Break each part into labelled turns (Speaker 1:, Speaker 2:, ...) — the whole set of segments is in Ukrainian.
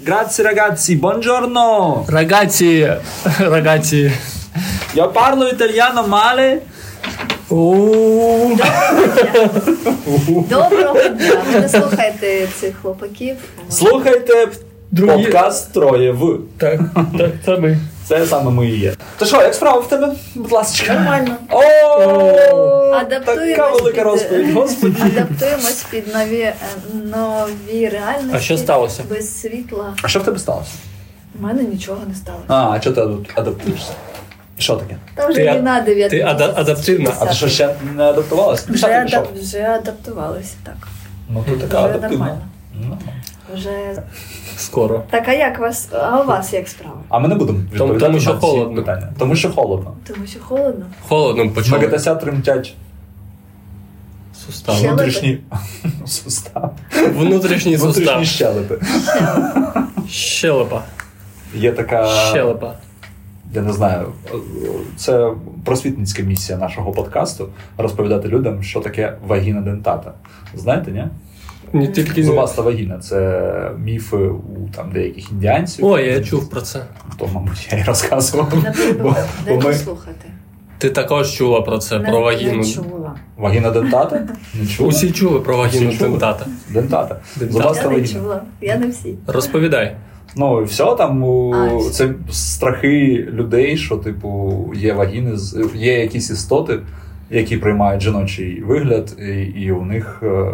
Speaker 1: Grazie ragazzi, buongiorno.
Speaker 2: Ragazzi, ragazzi.
Speaker 1: Io parlo italiano male.
Speaker 2: У,
Speaker 3: Доброго дня. Ви не слухайте цих хлопаків.
Speaker 1: Слухайте
Speaker 2: Другі-
Speaker 1: подкаст троє в.
Speaker 2: Так, так, це ми.
Speaker 1: Це саме ми і є. То що, як справа в тебе? Будь ласка.
Speaker 3: Нормально.
Speaker 1: О,
Speaker 3: Oh! Адаптуємось
Speaker 1: така велика
Speaker 3: під-
Speaker 1: розповідь, господи.
Speaker 3: Адаптуємось під нові е, нові реальності.
Speaker 2: А що сталося?
Speaker 3: Без світла.
Speaker 1: А що в тебе сталося?
Speaker 3: У мене нічого не сталося.
Speaker 1: А, а чого ти адап- адаптуєшся? Що таке?
Speaker 3: Там
Speaker 2: Ти
Speaker 3: вже
Speaker 2: а-
Speaker 3: війна 9
Speaker 2: Ти ада- адаптивна.
Speaker 1: А ти що ще не адаптувалася? Ти
Speaker 3: Вже,
Speaker 1: що ти
Speaker 3: ада...
Speaker 1: пішов?
Speaker 3: вже адаптувалися, так.
Speaker 1: Ну ти така
Speaker 3: Вже
Speaker 1: адаптивна.
Speaker 3: нормально. Вже...
Speaker 2: Скоро.
Speaker 3: Так, а як вас, а у вас як справа?
Speaker 1: А ми не будемо відповідати
Speaker 2: тому що
Speaker 1: на ці
Speaker 2: холодно.
Speaker 1: питання. Тому що холодно.
Speaker 3: Тому що холодно.
Speaker 2: Холодно почали.
Speaker 1: Магатася тремтять
Speaker 2: Сустави.
Speaker 3: Щелепи.
Speaker 1: внутрішні сустави.
Speaker 2: Внутрішній
Speaker 1: Внутрішні
Speaker 2: сустав.
Speaker 1: щелепи.
Speaker 2: Щелепа.
Speaker 1: Є така.
Speaker 2: Щелепа.
Speaker 1: Я не знаю. Це просвітницька місія нашого подкасту розповідати людям, що таке вагіна дентата. Знаєте, ні?
Speaker 2: Не тільки.
Speaker 1: Зубаста вагіна це міфи у там деяких індіанців.
Speaker 2: Ой, я чув про це.
Speaker 1: То, мабуть, я і розказував.
Speaker 3: Не
Speaker 1: Бо- бо
Speaker 3: дайте
Speaker 1: ми-
Speaker 3: слухати.
Speaker 2: Ти також чула про це,
Speaker 3: Не-
Speaker 2: про
Speaker 3: Не
Speaker 2: вагіну.
Speaker 3: чула.
Speaker 1: Вагіна дентата? Не чула?
Speaker 2: Усі чули про вагіну
Speaker 1: Всі чули.
Speaker 2: тентата.
Speaker 1: Дентата.
Speaker 2: Дентата.
Speaker 1: Зубаста
Speaker 3: Я не
Speaker 1: вагіна.
Speaker 3: чула. Я не всі.
Speaker 2: Розповідай.
Speaker 1: Ну і все там у-
Speaker 3: А, все.
Speaker 1: це страхи людей, що типу є вагіни, з- є якісь істоти, які приймають жіночий вигляд, і, і у них е,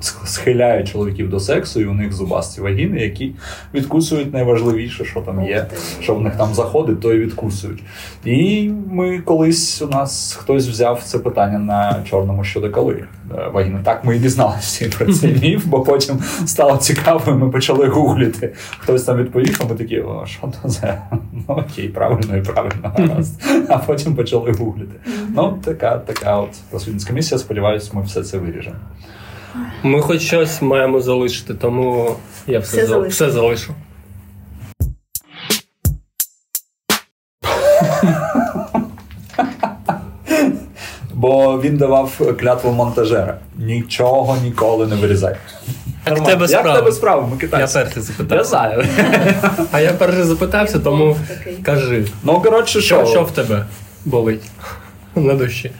Speaker 1: сх- схиляють чоловіків до сексу, і у них зубасті вагіни, які відкусують найважливіше, що там є.
Speaker 3: Ух ти.
Speaker 1: Що в них там заходить, то і відкусують. І ми колись у нас хтось взяв це питання на чорному щодо коли е, вагіни. Так ми і дізналися про цей міф, бо потім стало цікаво, і ми почали гуглити. Хтось там відповів, а ми такі, о, що то це? Ну окей, правильно і правильно. гаразд. А потім почали гуглити. Ну, така, така от просвітницька місія. Сподіваюсь, ми все це виріжемо.
Speaker 2: Ми хоч щось маємо залишити, тому я все,
Speaker 3: Все
Speaker 2: зал-
Speaker 3: залишу.
Speaker 2: все залишу.
Speaker 1: Бо він давав клятву монтажера. Нічого ніколи не вирізай.
Speaker 2: Як в
Speaker 1: Нормально.
Speaker 2: тебе
Speaker 1: Як в тебе
Speaker 2: справа?
Speaker 1: справа, Микита?
Speaker 2: Я перший запитав.
Speaker 1: Я знаю.
Speaker 2: А я перший запитався, тому
Speaker 3: Був такий.
Speaker 2: кажи,
Speaker 1: Ну, коротше, що?
Speaker 2: що, що в тебе болить на душі?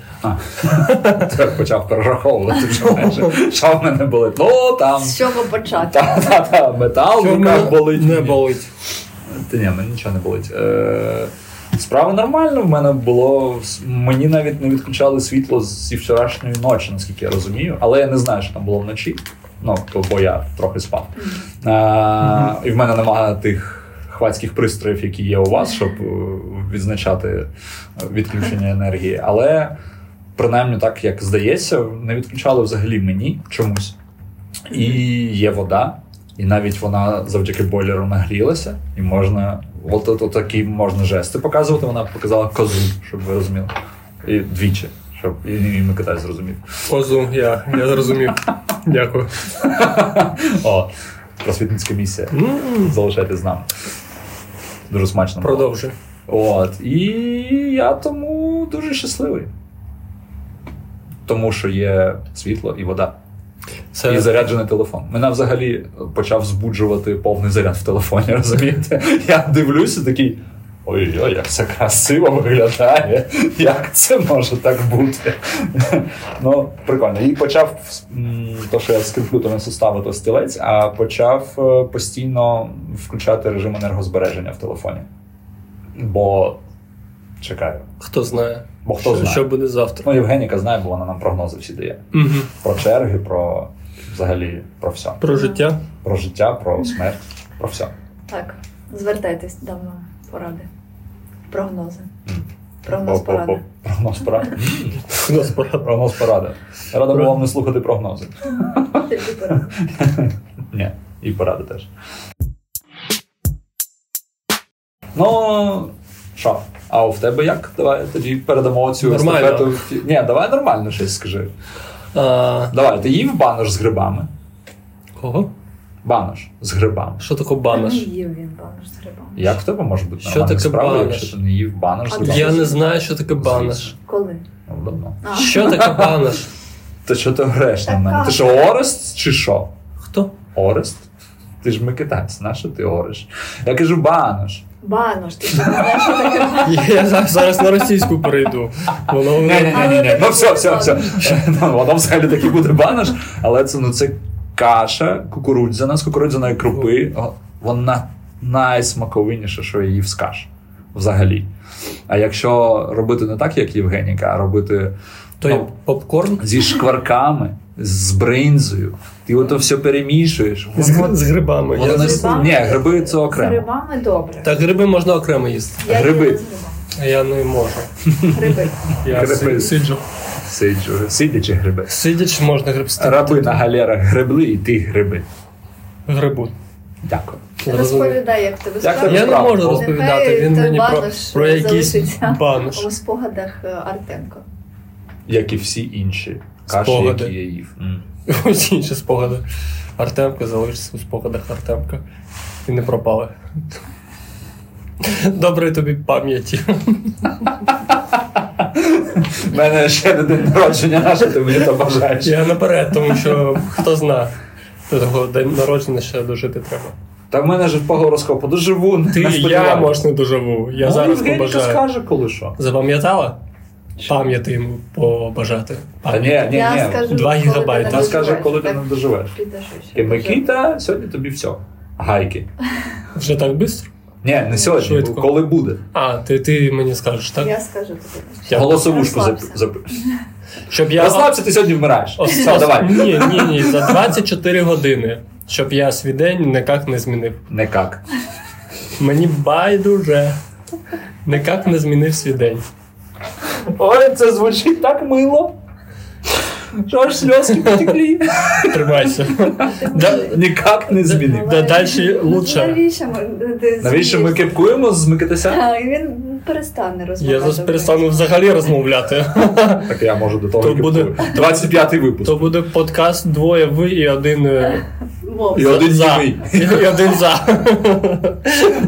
Speaker 1: Це почав перераховувати вже майже. Що в мене болить? Ну, там.
Speaker 3: З чого почати?
Speaker 1: Та-та-та, метал в
Speaker 2: Що
Speaker 1: руках болить.
Speaker 2: Не болить.
Speaker 1: Та ні, мені нічого не болить. Е, Справа нормальна, в мене було. Мені навіть не відключали світло зі вчорашньої ночі, наскільки я розумію. Але я не знаю, що там було вночі. Ну, то- бо я трохи спав. Е, І в мене немає тих хвацьких пристроїв, які є у вас, щоб е, відзначати е, відключення енергії. Але принаймні, так як здається, не відключали взагалі мені чомусь. І є вода, і навіть вона завдяки бойлеру нагрілася, і можна от, от, от такі можна жести показувати. Вона показала козу, щоб ви розуміли. І двічі, щоб і, і Микитай зрозумів.
Speaker 2: Козу, я, я зрозумів. Дякую.
Speaker 1: О, просвітницька місія.
Speaker 2: М,
Speaker 1: Залишайтесь з нами. Дуже смачно. було.
Speaker 2: Продовжуй.
Speaker 1: От. І я тому дуже щасливий. Тому що є світло і вода. І
Speaker 2: Це
Speaker 1: заряджений телефон. Мене взагалі почав збуджувати повний заряд в телефоні, розумієте? Я дивлюся такий. Ой-ой, як це красиво виглядає. Як це може так бути? Ну, прикольно. І почав м, то, що я з комп'ютером сустави, то стілець, а почав е, постійно включати режим енергозбереження в телефоні. Бо чекаю.
Speaker 2: хто знає,
Speaker 1: Бо хто
Speaker 2: що,
Speaker 1: знає.
Speaker 2: що буде завтра.
Speaker 1: Ну, Євгеніка знає, бо вона нам прогнози всі дає.
Speaker 2: Мгм.
Speaker 1: Про черги, про взагалі про все.
Speaker 2: Про життя.
Speaker 1: про життя, про смерть, про все.
Speaker 3: Так, звертайтесь давно поради. Прогнози.
Speaker 1: Мгм.
Speaker 3: Прогноз
Speaker 1: По- по- по-
Speaker 3: поради.
Speaker 1: Прогноз порада.
Speaker 2: Хто спорад.
Speaker 1: Прогноз порада. Рада
Speaker 2: Про-
Speaker 1: була б не слухати прогнози.
Speaker 3: Тільки поради.
Speaker 1: Ні, і поради теж. Ну, що? А в тебе як? Давай тоді передамо цю
Speaker 2: Нормально.
Speaker 1: естафету. в- Ні, давай нормально щось скажи.
Speaker 2: А,
Speaker 1: Давай, ти їв банош з грибами.
Speaker 2: кого?
Speaker 1: Банош з грибами.
Speaker 2: Що таке
Speaker 3: Не
Speaker 2: банаш?
Speaker 3: їв він банош з грибом.
Speaker 1: Як в тебе може бути
Speaker 2: Що
Speaker 1: нормальна
Speaker 2: таке
Speaker 1: справа,
Speaker 2: банош?
Speaker 1: якщо ти не їв банош з
Speaker 3: А
Speaker 1: грибами?
Speaker 2: Я не знаю, що таке банаш.
Speaker 3: Коли?
Speaker 1: Ну, давно.
Speaker 3: А,
Speaker 2: Що таке банаш?
Speaker 1: Та що ти греш на мене?
Speaker 3: Така.
Speaker 1: Ти що, Орест чи що?
Speaker 2: Хто?
Speaker 1: Орест? Ти ж микитанець, на що ти ориш? Я кажу, банош.
Speaker 3: Банош, ти ж не знаєш, що таке
Speaker 2: Я за- зараз на російську перейду. Воно
Speaker 1: Ні, ні,
Speaker 2: воно-
Speaker 1: ні, ні, ні. Ну все, все, все. Ну, Воно взагалі таки буде банош, але це ну це каша кукурудзяна з кукурудзяної крупи. О, Вона найсмаковинніша, що її вскаш. Взагалі. А якщо робити не так, як Євгеніка, а робити
Speaker 2: То є попкорн
Speaker 1: зі шкварками, з бринзою, ти ото все перемішуєш.
Speaker 2: з, гри- з грибами.
Speaker 1: Воно
Speaker 2: Я-
Speaker 1: не- Ні, гриби це окремо.
Speaker 3: З грибами добре.
Speaker 2: Та гриби можна окремо їсти.
Speaker 3: Я
Speaker 1: Гриби.
Speaker 3: їла з грибами.
Speaker 2: А Я не можу.
Speaker 3: Гриби.
Speaker 2: Я
Speaker 1: Гриби.
Speaker 2: си- сиджу.
Speaker 1: Сиджу, сидячи гриби.
Speaker 2: Сидячи можна грибсти.
Speaker 1: Раби на галерах гребли, і ти гриби.
Speaker 2: Грибу.
Speaker 1: Дякую.
Speaker 3: Розповідай, як в тебе
Speaker 1: Як
Speaker 3: справа.
Speaker 1: тебе
Speaker 2: Я не
Speaker 1: справа?
Speaker 2: можу розповідати. Він
Speaker 3: Нехай
Speaker 2: мені
Speaker 3: той
Speaker 2: про,
Speaker 3: банош
Speaker 2: про якийсь
Speaker 3: залишиться.
Speaker 2: банош.
Speaker 3: У спогадах е, Артемко.
Speaker 1: Як і всі інші каші,
Speaker 2: Спогади.
Speaker 1: які я їв. М.
Speaker 2: Ось інші спогади. Артемка залишиться у спогадах Артемка. І не пропали. Доброї тобі пам'яті.
Speaker 1: У мене ще не день народження наше, ти мені то бажаєш.
Speaker 2: Я наперед, тому що хто зна, до того день народження ще дожити треба.
Speaker 1: Та в мене ж по гороскопу доживу. не
Speaker 2: Ти я
Speaker 1: сподіваюся.
Speaker 2: може не доживу. Я
Speaker 1: Ну,
Speaker 2: зараз
Speaker 1: Євгенька
Speaker 2: побажаю.
Speaker 1: скаже, коли що.
Speaker 2: Запам'ятала? Пам'яти йому побажати.
Speaker 1: Та ні, ні,
Speaker 3: Я
Speaker 1: ні.
Speaker 3: скажу,
Speaker 2: Два
Speaker 3: коли ти
Speaker 2: гігабайта.
Speaker 1: Та
Speaker 3: не
Speaker 1: скаже, коли ти
Speaker 3: доживеш.
Speaker 1: не доживеш.
Speaker 3: Так, підеш ще.
Speaker 1: І Микита, сьогодні тобі все. Гайки.
Speaker 2: Вже так швидко?
Speaker 1: Ні, не сьогодні,
Speaker 2: Швидко.
Speaker 1: коли буде.
Speaker 2: А, ти, ти мені скажеш, так?
Speaker 3: Я скажу тобі.
Speaker 2: Я-
Speaker 1: Голосовушку
Speaker 3: Розслабся.
Speaker 1: запи.
Speaker 2: Щоб я
Speaker 1: Розслабся, ти сьогодні вмираєш.
Speaker 2: Ос-
Speaker 1: Все,
Speaker 2: ос-
Speaker 1: давай.
Speaker 2: Ні, ні, ні, за 24 години, щоб я свій день никак не змінив.
Speaker 1: Некак.
Speaker 2: Мені байдуже. Никак не змінив свій день.
Speaker 1: Ой, це звучить так мило. Що аж сльозки потекли.
Speaker 2: Тримайся. Да,
Speaker 1: Никак не змінив.
Speaker 2: Да, дальше лучше.
Speaker 3: Ну, Навіщо ми ти
Speaker 1: Навіщо ми
Speaker 3: змієш?
Speaker 1: кепкуємо з Микитася?
Speaker 3: А, і Він
Speaker 2: я
Speaker 3: перестане
Speaker 2: зараз
Speaker 3: розмовляти.
Speaker 2: перестану взагалі розмовляти.
Speaker 1: Так я можу до того
Speaker 2: То
Speaker 1: кепкую.
Speaker 2: буде-
Speaker 1: 25-й випуск.
Speaker 2: То буде подкаст двоє ви і один. е,
Speaker 3: Мов.
Speaker 1: І один
Speaker 2: за.
Speaker 1: німий.
Speaker 2: І і один за.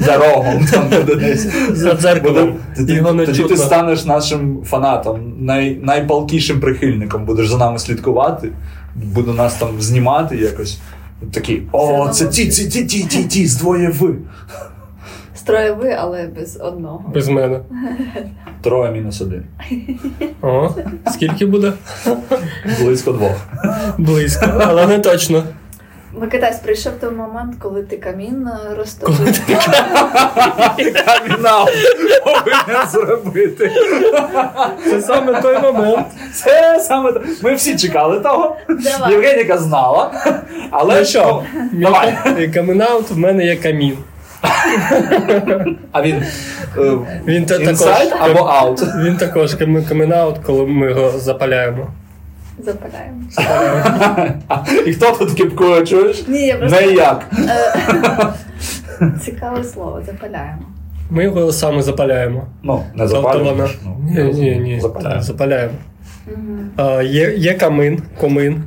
Speaker 1: За рогом там буде десь.
Speaker 2: За дзеркалом.
Speaker 1: Буде- ти-
Speaker 2: Його не
Speaker 1: Тоді ти
Speaker 2: чутно.
Speaker 1: станеш нашим фанатом, най, найпалкішим прихильником. Будеш за нами слідкувати, буду нас там знімати якось. Такі, о,
Speaker 3: Все
Speaker 1: це
Speaker 3: одно
Speaker 1: ті, ті, ті, ті, ті, ті, з двоє ви.
Speaker 3: Строєви, але без одного.
Speaker 2: Без мене.
Speaker 1: Троє мінус один.
Speaker 2: О, скільки буде?
Speaker 1: Близько двох.
Speaker 2: Близько, але не точно.
Speaker 3: Микитась, прийшов той момент, коли ти камін е, розтопив.
Speaker 1: Камінал повинен зробити.
Speaker 2: Це саме той момент.
Speaker 1: Це саме те. Ми всі чекали того.
Speaker 3: Давай.
Speaker 1: Євгеніка знала. Але
Speaker 2: Ну що,
Speaker 1: ну, давай.
Speaker 2: Камінаут в мене є камін.
Speaker 1: А він
Speaker 2: Він та також.
Speaker 1: інсайд або аут.
Speaker 2: Він також кам- камінаут, коли ми його запаляємо.
Speaker 3: Запаляємо.
Speaker 1: І хто тут кіпкує, чуєш?
Speaker 3: Ні, я просто Е,
Speaker 1: Не як.
Speaker 3: цікаве слово, запаляємо.
Speaker 2: Ми його саме запаляємо.
Speaker 1: Ну, не
Speaker 2: Тобто вона.
Speaker 1: запалюєш. ну,
Speaker 2: Ні, ні, ні.
Speaker 1: запаляє.
Speaker 2: Запаляємо.
Speaker 3: Мгм.
Speaker 2: А, є, є камин, комин.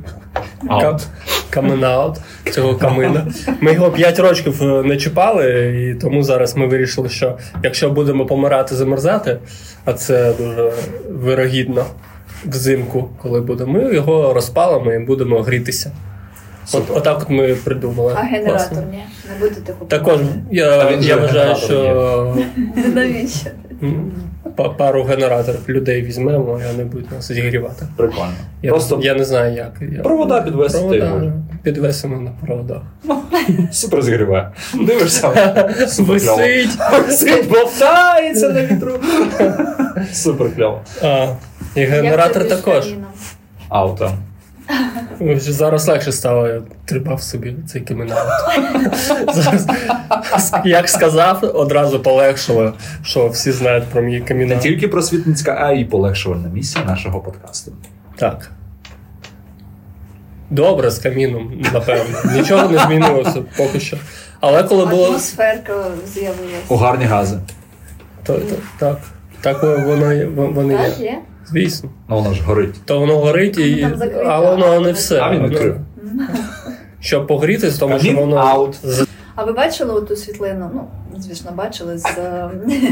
Speaker 1: Аут.
Speaker 2: Каминаут цього камина. Ми його 5 років е, не чіпали, і тому зараз ми вирішили, що якщо будемо помирати, замерзати, а це дуже вирогідно взимку, коли буде, ми його розпалимо і будемо грітися. От,
Speaker 1: Супер.
Speaker 2: отак от ми придумали.
Speaker 3: А
Speaker 2: Класно.
Speaker 3: генератор ні? Не будете купувати?
Speaker 2: Також я,
Speaker 1: А він же
Speaker 2: я вважаю,
Speaker 1: генератор
Speaker 2: що
Speaker 3: Навіщо?
Speaker 2: м, па- пару генераторів людей візьмемо, і вони будуть нас зігрівати.
Speaker 1: Прикольно.
Speaker 2: Я,
Speaker 1: Просто
Speaker 2: я не знаю як. Я,
Speaker 1: провода підвести ти
Speaker 2: провода
Speaker 1: можеш.
Speaker 2: підвесимо на проводах.
Speaker 1: Супер зігріває. Дивишся. Супер
Speaker 2: Висить!
Speaker 1: Сидь, болтається на вітру. Супер кльово.
Speaker 2: А, і
Speaker 3: Як
Speaker 2: генератор
Speaker 3: тобі з
Speaker 2: також.
Speaker 3: каміном?
Speaker 1: Аута.
Speaker 2: Вже зараз легше стало, я трибав собі цей кімінат. Зараз, як сказав, одразу полегшило, що всі знають про
Speaker 1: Не
Speaker 2: мій кімінат.
Speaker 1: тільки просвітницька, а й полегшувальна місія нашого подкасту.
Speaker 2: Так. Добре, з каміном, напевно. Нічого не змінилося поки що. Але коли було.
Speaker 3: Атмосферка з'явилася.
Speaker 1: О, гарні гази.
Speaker 2: То, то, так. Так воно є- вони
Speaker 3: Так,
Speaker 2: є.
Speaker 3: є?
Speaker 2: Звісно.
Speaker 1: Ну, воно ж горить.
Speaker 2: То воно горить і.
Speaker 3: Там закрите.
Speaker 2: А воно не все.
Speaker 1: А він відкрив.
Speaker 2: Щоб погрітись, тому що
Speaker 1: Камін
Speaker 2: воно
Speaker 1: аут.
Speaker 2: з-
Speaker 3: А ви бачили оту світлину? Ну, звісно, бачили з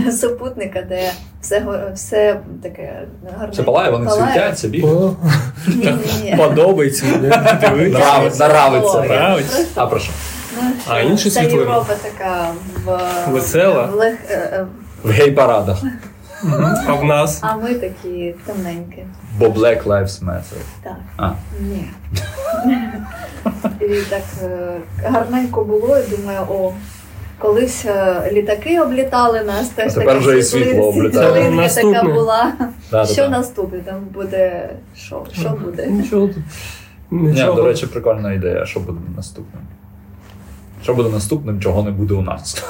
Speaker 3: е, супутника, де все, го- все таке гарне.
Speaker 1: Це палає, вони світяться, бігають.
Speaker 2: О,
Speaker 3: Ні, ні, ні.
Speaker 2: подобається мені. Дивись.
Speaker 1: Нравиться,
Speaker 3: Це
Speaker 1: нравиться.
Speaker 3: було.
Speaker 2: Нравиться.
Speaker 1: А про що?
Speaker 3: Ну,
Speaker 2: А
Speaker 3: що,
Speaker 2: інші
Speaker 3: Вся
Speaker 2: світлини?
Speaker 3: Європа така в
Speaker 2: Весела?
Speaker 3: в лег- е, е,
Speaker 1: В гей-парадах.
Speaker 2: А в нас
Speaker 3: а ми такі темненькі.
Speaker 1: Бо Black Lives Matter.
Speaker 3: Так.
Speaker 1: А.
Speaker 3: Ні. І так е, гарненько було, і думаю, о. Колись е, літаки облітали нас, теж
Speaker 1: тепер
Speaker 3: така
Speaker 1: вже і
Speaker 3: світли-
Speaker 1: світло облітає.
Speaker 3: світлинка така
Speaker 2: Наступне.
Speaker 3: була.
Speaker 1: Да-да-да.
Speaker 3: Що наступне? Там буде що? Що буде?
Speaker 2: нічого тут.
Speaker 1: Ні,
Speaker 2: Нічого.
Speaker 1: до речі, прикольна ідея, що буде наступним. Що буде наступним, чого не буде у нас.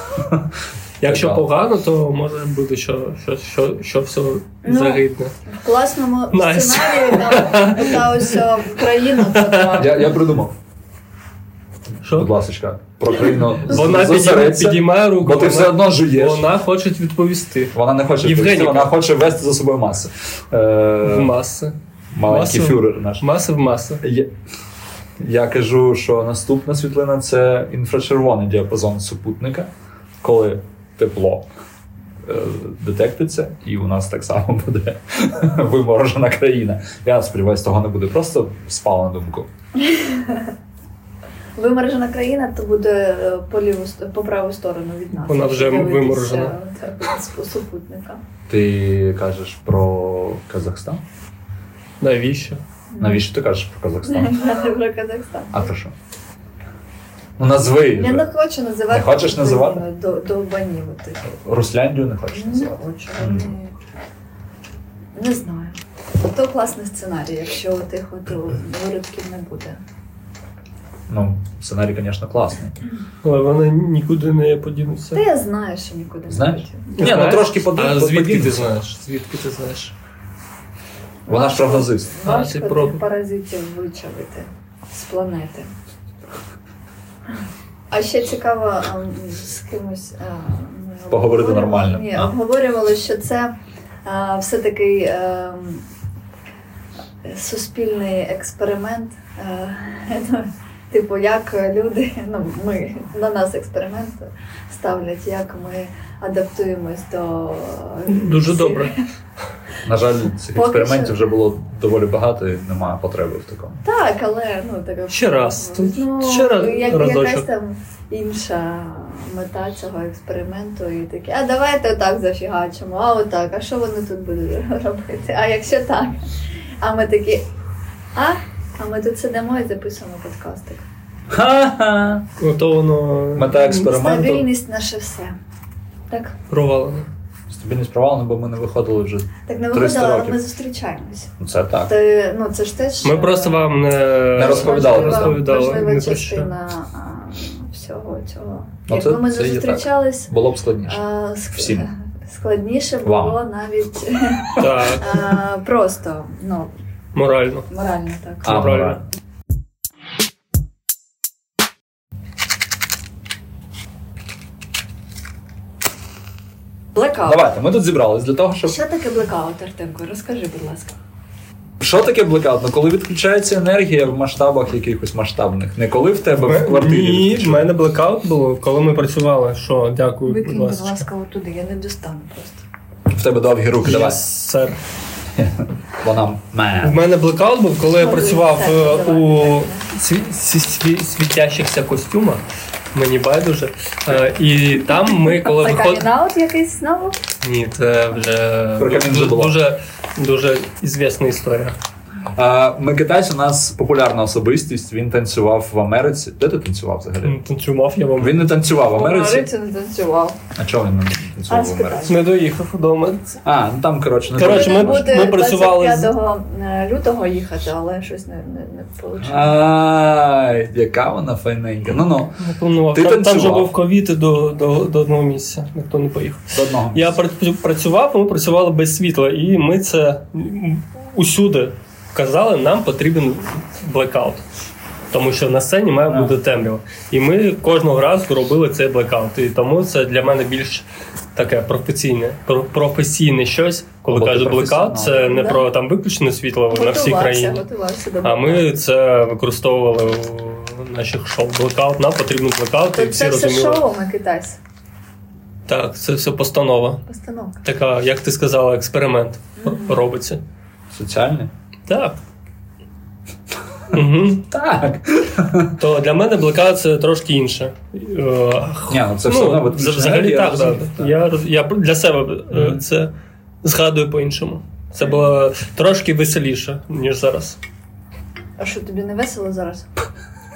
Speaker 2: Якщо
Speaker 1: Так.
Speaker 2: погано, то може бути, що, що, що, що все
Speaker 3: Ну,
Speaker 2: загидне.
Speaker 3: В класному
Speaker 2: Настя.
Speaker 3: сценарії там та ось е, Україна
Speaker 1: Я,
Speaker 3: потрапила.
Speaker 1: я придумав, будь
Speaker 2: Що?
Speaker 1: ласка, про країну з-
Speaker 2: Вона підіймає,
Speaker 1: зосередься,
Speaker 2: підіймає руку,
Speaker 1: бо ти все одно жуєш. Вона,
Speaker 2: вона хоче відповісти.
Speaker 1: не хоче
Speaker 2: Євгенія.
Speaker 1: відповісти, вона хоче вести за собою маси.
Speaker 2: В
Speaker 1: Е,
Speaker 2: маси.
Speaker 1: маленький
Speaker 2: масу.
Speaker 1: фюрер наш.
Speaker 2: Маси в маси.
Speaker 1: Я, я кажу, що наступна світлина це інфрачервоний діапазон супутника, коли тепло е, детектиться, і у нас так само буде виморожена країна. Я сподіваюся, того не буде. Просто спала на думку.
Speaker 3: Виморожена країна, то буде е, по ліву с- по праву сторону від нас.
Speaker 2: Вона вже
Speaker 3: Дивитися,
Speaker 2: виморожена.
Speaker 3: так, з супутника.
Speaker 1: Ти кажеш про Казахстан?
Speaker 2: Навіщо?
Speaker 1: Навіщо ти кажеш про Казахстан?
Speaker 3: Я не про Казахстан.
Speaker 1: А про що? Ну, назви.
Speaker 3: Я не
Speaker 1: вже.
Speaker 3: хочу називати.
Speaker 1: Не хочеш називати?
Speaker 3: До, до банівити.
Speaker 1: Русляндію не хочеш
Speaker 3: Не
Speaker 1: називати.
Speaker 3: хочу.
Speaker 1: Мгм.
Speaker 3: Не знаю. То класний сценарій, якщо тих от виродків не буде.
Speaker 1: Ну, сценарій, звісно, класний.
Speaker 2: Але вони нікуди не подінуться.
Speaker 3: Та я знаю, що нікуди не
Speaker 1: Знаєш?
Speaker 3: буде.
Speaker 1: Ні, ну
Speaker 2: Знаєш?
Speaker 1: трошки подумай.
Speaker 2: А звідки ти
Speaker 1: подивимося.
Speaker 2: знаєш? Звідки ти знаєш?
Speaker 1: Вона ж прогнозист.
Speaker 2: А,
Speaker 3: Важко
Speaker 2: ти про-
Speaker 3: тих паразитів вичавити з планети. А ще цікаво а, м, з кимось а, ми
Speaker 1: Поговорити
Speaker 3: обговорювали-
Speaker 1: нормально.
Speaker 3: Ні,
Speaker 1: А?
Speaker 3: обговорювали, що це а, все-таки е, суспільний експеримент. е, ну, Типу, як люди, ну ми на нас експеримент ставлять, як ми адаптуємось до
Speaker 2: Дуже
Speaker 3: всіх.
Speaker 2: добре.
Speaker 1: На жаль, цих
Speaker 3: Поки
Speaker 1: експериментів
Speaker 3: що.
Speaker 1: вже було доволі багато, і немає потреби в такому.
Speaker 3: Так, але ну таке
Speaker 2: Ще раз, тут
Speaker 3: Ну,
Speaker 2: ще раз-
Speaker 3: як, якась
Speaker 2: разочок.
Speaker 3: там інша мета цього експерименту, і таке, а давайте отак зафігачимо, а отак, а що вони тут будуть робити? А якщо так? А ми такі, а? А ми тут сидимо і записуємо подкастик.
Speaker 1: Ха-ха!
Speaker 2: Ну то воно
Speaker 1: Мета експерименту
Speaker 3: Стабільність наше все. Так,
Speaker 2: провалено.
Speaker 1: стабільність провалена, бо ми не виходили вже.
Speaker 3: так не
Speaker 1: 300
Speaker 3: виходило, але
Speaker 1: років.
Speaker 3: ми зустрічаємось.
Speaker 1: Ну це так.
Speaker 3: Ти, ну, це ж теж
Speaker 2: Ми просто вам не,
Speaker 1: Не розповідали,
Speaker 3: Важлива-
Speaker 2: розповідали,
Speaker 3: важлива
Speaker 2: не про що.
Speaker 3: частина а, всього цього.
Speaker 1: Ну,
Speaker 3: Якби
Speaker 1: це-
Speaker 3: ми
Speaker 1: це
Speaker 3: не
Speaker 1: є так.
Speaker 3: зустрічались,
Speaker 1: Було б складніше.
Speaker 3: А, Е, ск-
Speaker 1: Всім.
Speaker 3: Складніше
Speaker 1: Вам.
Speaker 3: було навіть
Speaker 2: Так,
Speaker 3: а, просто, ну,
Speaker 2: морально.
Speaker 3: морально так.
Speaker 1: А,
Speaker 2: правильно.
Speaker 1: правильно.
Speaker 3: Блекаут.
Speaker 1: Давайте, ми тут зібрались для того, щоб.
Speaker 3: Що таке блекаут, Артемко? Розкажи, будь ласка.
Speaker 1: Що таке блекаут? Ну, коли відключається енергія в масштабах якихось масштабних, не коли в тебе в квартирі.
Speaker 2: Ні, в
Speaker 1: відключили.
Speaker 2: мене блекаут було, коли ми працювали. Що, дякую,
Speaker 3: Викинь,
Speaker 2: будь
Speaker 3: будь
Speaker 2: ласка.
Speaker 3: ласка, отуди, я не достану просто.
Speaker 1: В тебе довгі руки, давай.
Speaker 2: Yes, sir.
Speaker 1: Вона
Speaker 2: В
Speaker 1: ме.
Speaker 2: мене блекаут був, коли я
Speaker 3: Добре,
Speaker 2: працював
Speaker 3: так,
Speaker 2: е,
Speaker 3: давай,
Speaker 2: у
Speaker 3: давай.
Speaker 2: сві- сві- сві- світящихся костюмах. Мені байдуже. Е, І там ми, коли
Speaker 3: Це
Speaker 2: виходили.
Speaker 3: камінаут якийсь знову?
Speaker 2: Ні, це вже
Speaker 1: Про камін вже
Speaker 2: дуже,
Speaker 1: було.
Speaker 2: дуже, дуже ізвісна історія.
Speaker 1: А, Микитась у нас популярна особистість. Він танцював в Америці. Де ти танцював взагалі?
Speaker 2: Танцював я вам.
Speaker 1: Він не танцював в Америці.
Speaker 3: не танцював.
Speaker 1: А чого він не
Speaker 3: А,
Speaker 1: танцював в
Speaker 3: спитаю.
Speaker 1: Америці?
Speaker 2: Не доїхав до мене.
Speaker 1: А, ну там, коротше, не
Speaker 2: Коротше, ми-
Speaker 1: дуже
Speaker 3: буде
Speaker 2: ми працювали з-
Speaker 3: 25 лютого їхати, але щось не, не, не вийшло.
Speaker 1: Ай, яка вона файненька. Ну ну,
Speaker 2: Не планував.
Speaker 1: Ти
Speaker 2: там, там же
Speaker 1: танцював?
Speaker 2: був ковід і до, до, до одного місця, ніхто не поїхав.
Speaker 1: до одного.
Speaker 2: Я пр- працював, ми працювали без світла, і ми це м, усюди казали, нам потрібен блекаут. Тому що на сцені має
Speaker 1: А.
Speaker 2: бути темрява. І ми кожного разу робили цей блекаут. І тому це для мене більш таке професійне, про- професійне щось, коли
Speaker 1: Або ти
Speaker 2: кажуть блекаут, це не
Speaker 3: Да.
Speaker 2: про там виключене світло на всій країні.
Speaker 3: готувався до
Speaker 2: А ми
Speaker 3: блекауту.
Speaker 2: це використовували у наших шоу. Блекаут, нам потрібен блекаут, і
Speaker 3: То
Speaker 2: всі
Speaker 3: це все
Speaker 2: розуміли.
Speaker 3: шоу на китайсь.
Speaker 2: Так, це все постанова.
Speaker 3: Постановка.
Speaker 2: Така, як ти сказала, експеримент
Speaker 3: Мгм.
Speaker 2: робиться.
Speaker 1: Соціальний.
Speaker 2: Так. Угу.
Speaker 1: Так.
Speaker 2: То для мене блокаут це трошки інше. Е,
Speaker 1: Ні, ну це все одно от
Speaker 2: вза-
Speaker 1: вчення,
Speaker 2: взагалі
Speaker 1: я
Speaker 2: так.
Speaker 1: розумію,
Speaker 2: да.
Speaker 1: так.
Speaker 2: Я, роз- я для себе е,
Speaker 1: Мгм.
Speaker 2: це згадую по-іншому. Це було трошки веселіше, ніж зараз.
Speaker 3: А що тобі не весело зараз?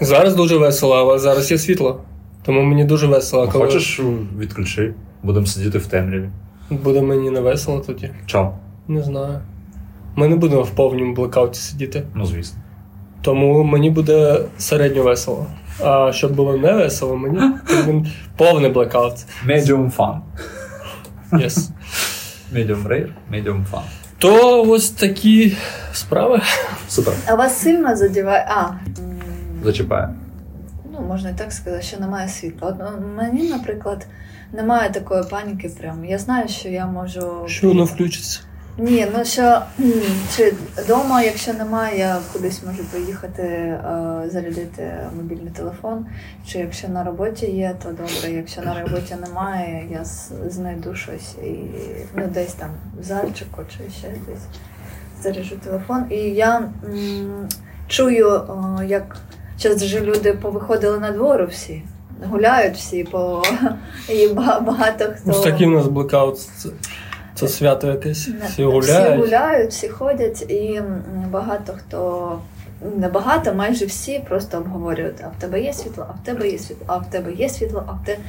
Speaker 2: Зараз дуже весело, але зараз є світло. Тому мені дуже весело, коли
Speaker 1: Хочеш, відключи, будемо сидіти в темряві.
Speaker 2: буде мені не весело тоді.
Speaker 1: Чому?
Speaker 2: Не знаю. Ми не будемо в повному блокауті сидіти.
Speaker 1: Ну, звісно.
Speaker 2: Тому мені буде середньо весело. А щоб було не весело, мені потрібен повний блекаут.
Speaker 1: Medium fun.
Speaker 2: Yes.
Speaker 1: Medium rare, medium fun.
Speaker 2: То ось такі справи.
Speaker 1: Супер.
Speaker 3: А вас сильно задіває. А, м,
Speaker 1: Зачіпає.
Speaker 3: ну можна і так сказати, що немає світла. От ну, мені, наприклад, немає такої паніки. Прям я знаю, що я можу.
Speaker 2: Що ну, воно включиться?
Speaker 3: Ні, ну що м, чи вдома, якщо немає, я кудись можу поїхати е, зарядити мобільний телефон. Чи якщо на роботі є, то добре. Якщо на роботі немає, я с- знайду щось і ну десь там в зальчику чи ще десь заряджу телефон. І я м, чую, е, як зараз же люди повиходили на двору всі. Гуляють всі по і ба- багато хто
Speaker 2: Ось такий у нас блекаут. Це, це свято якесь.
Speaker 3: Не-
Speaker 2: Всі гуляють.
Speaker 3: всі гуляють, всі ходять, і м, багато хто не багато, майже всі просто обговорюють: а в тебе є світло, а в тебе є світло, а в тебе є світло, а в тебе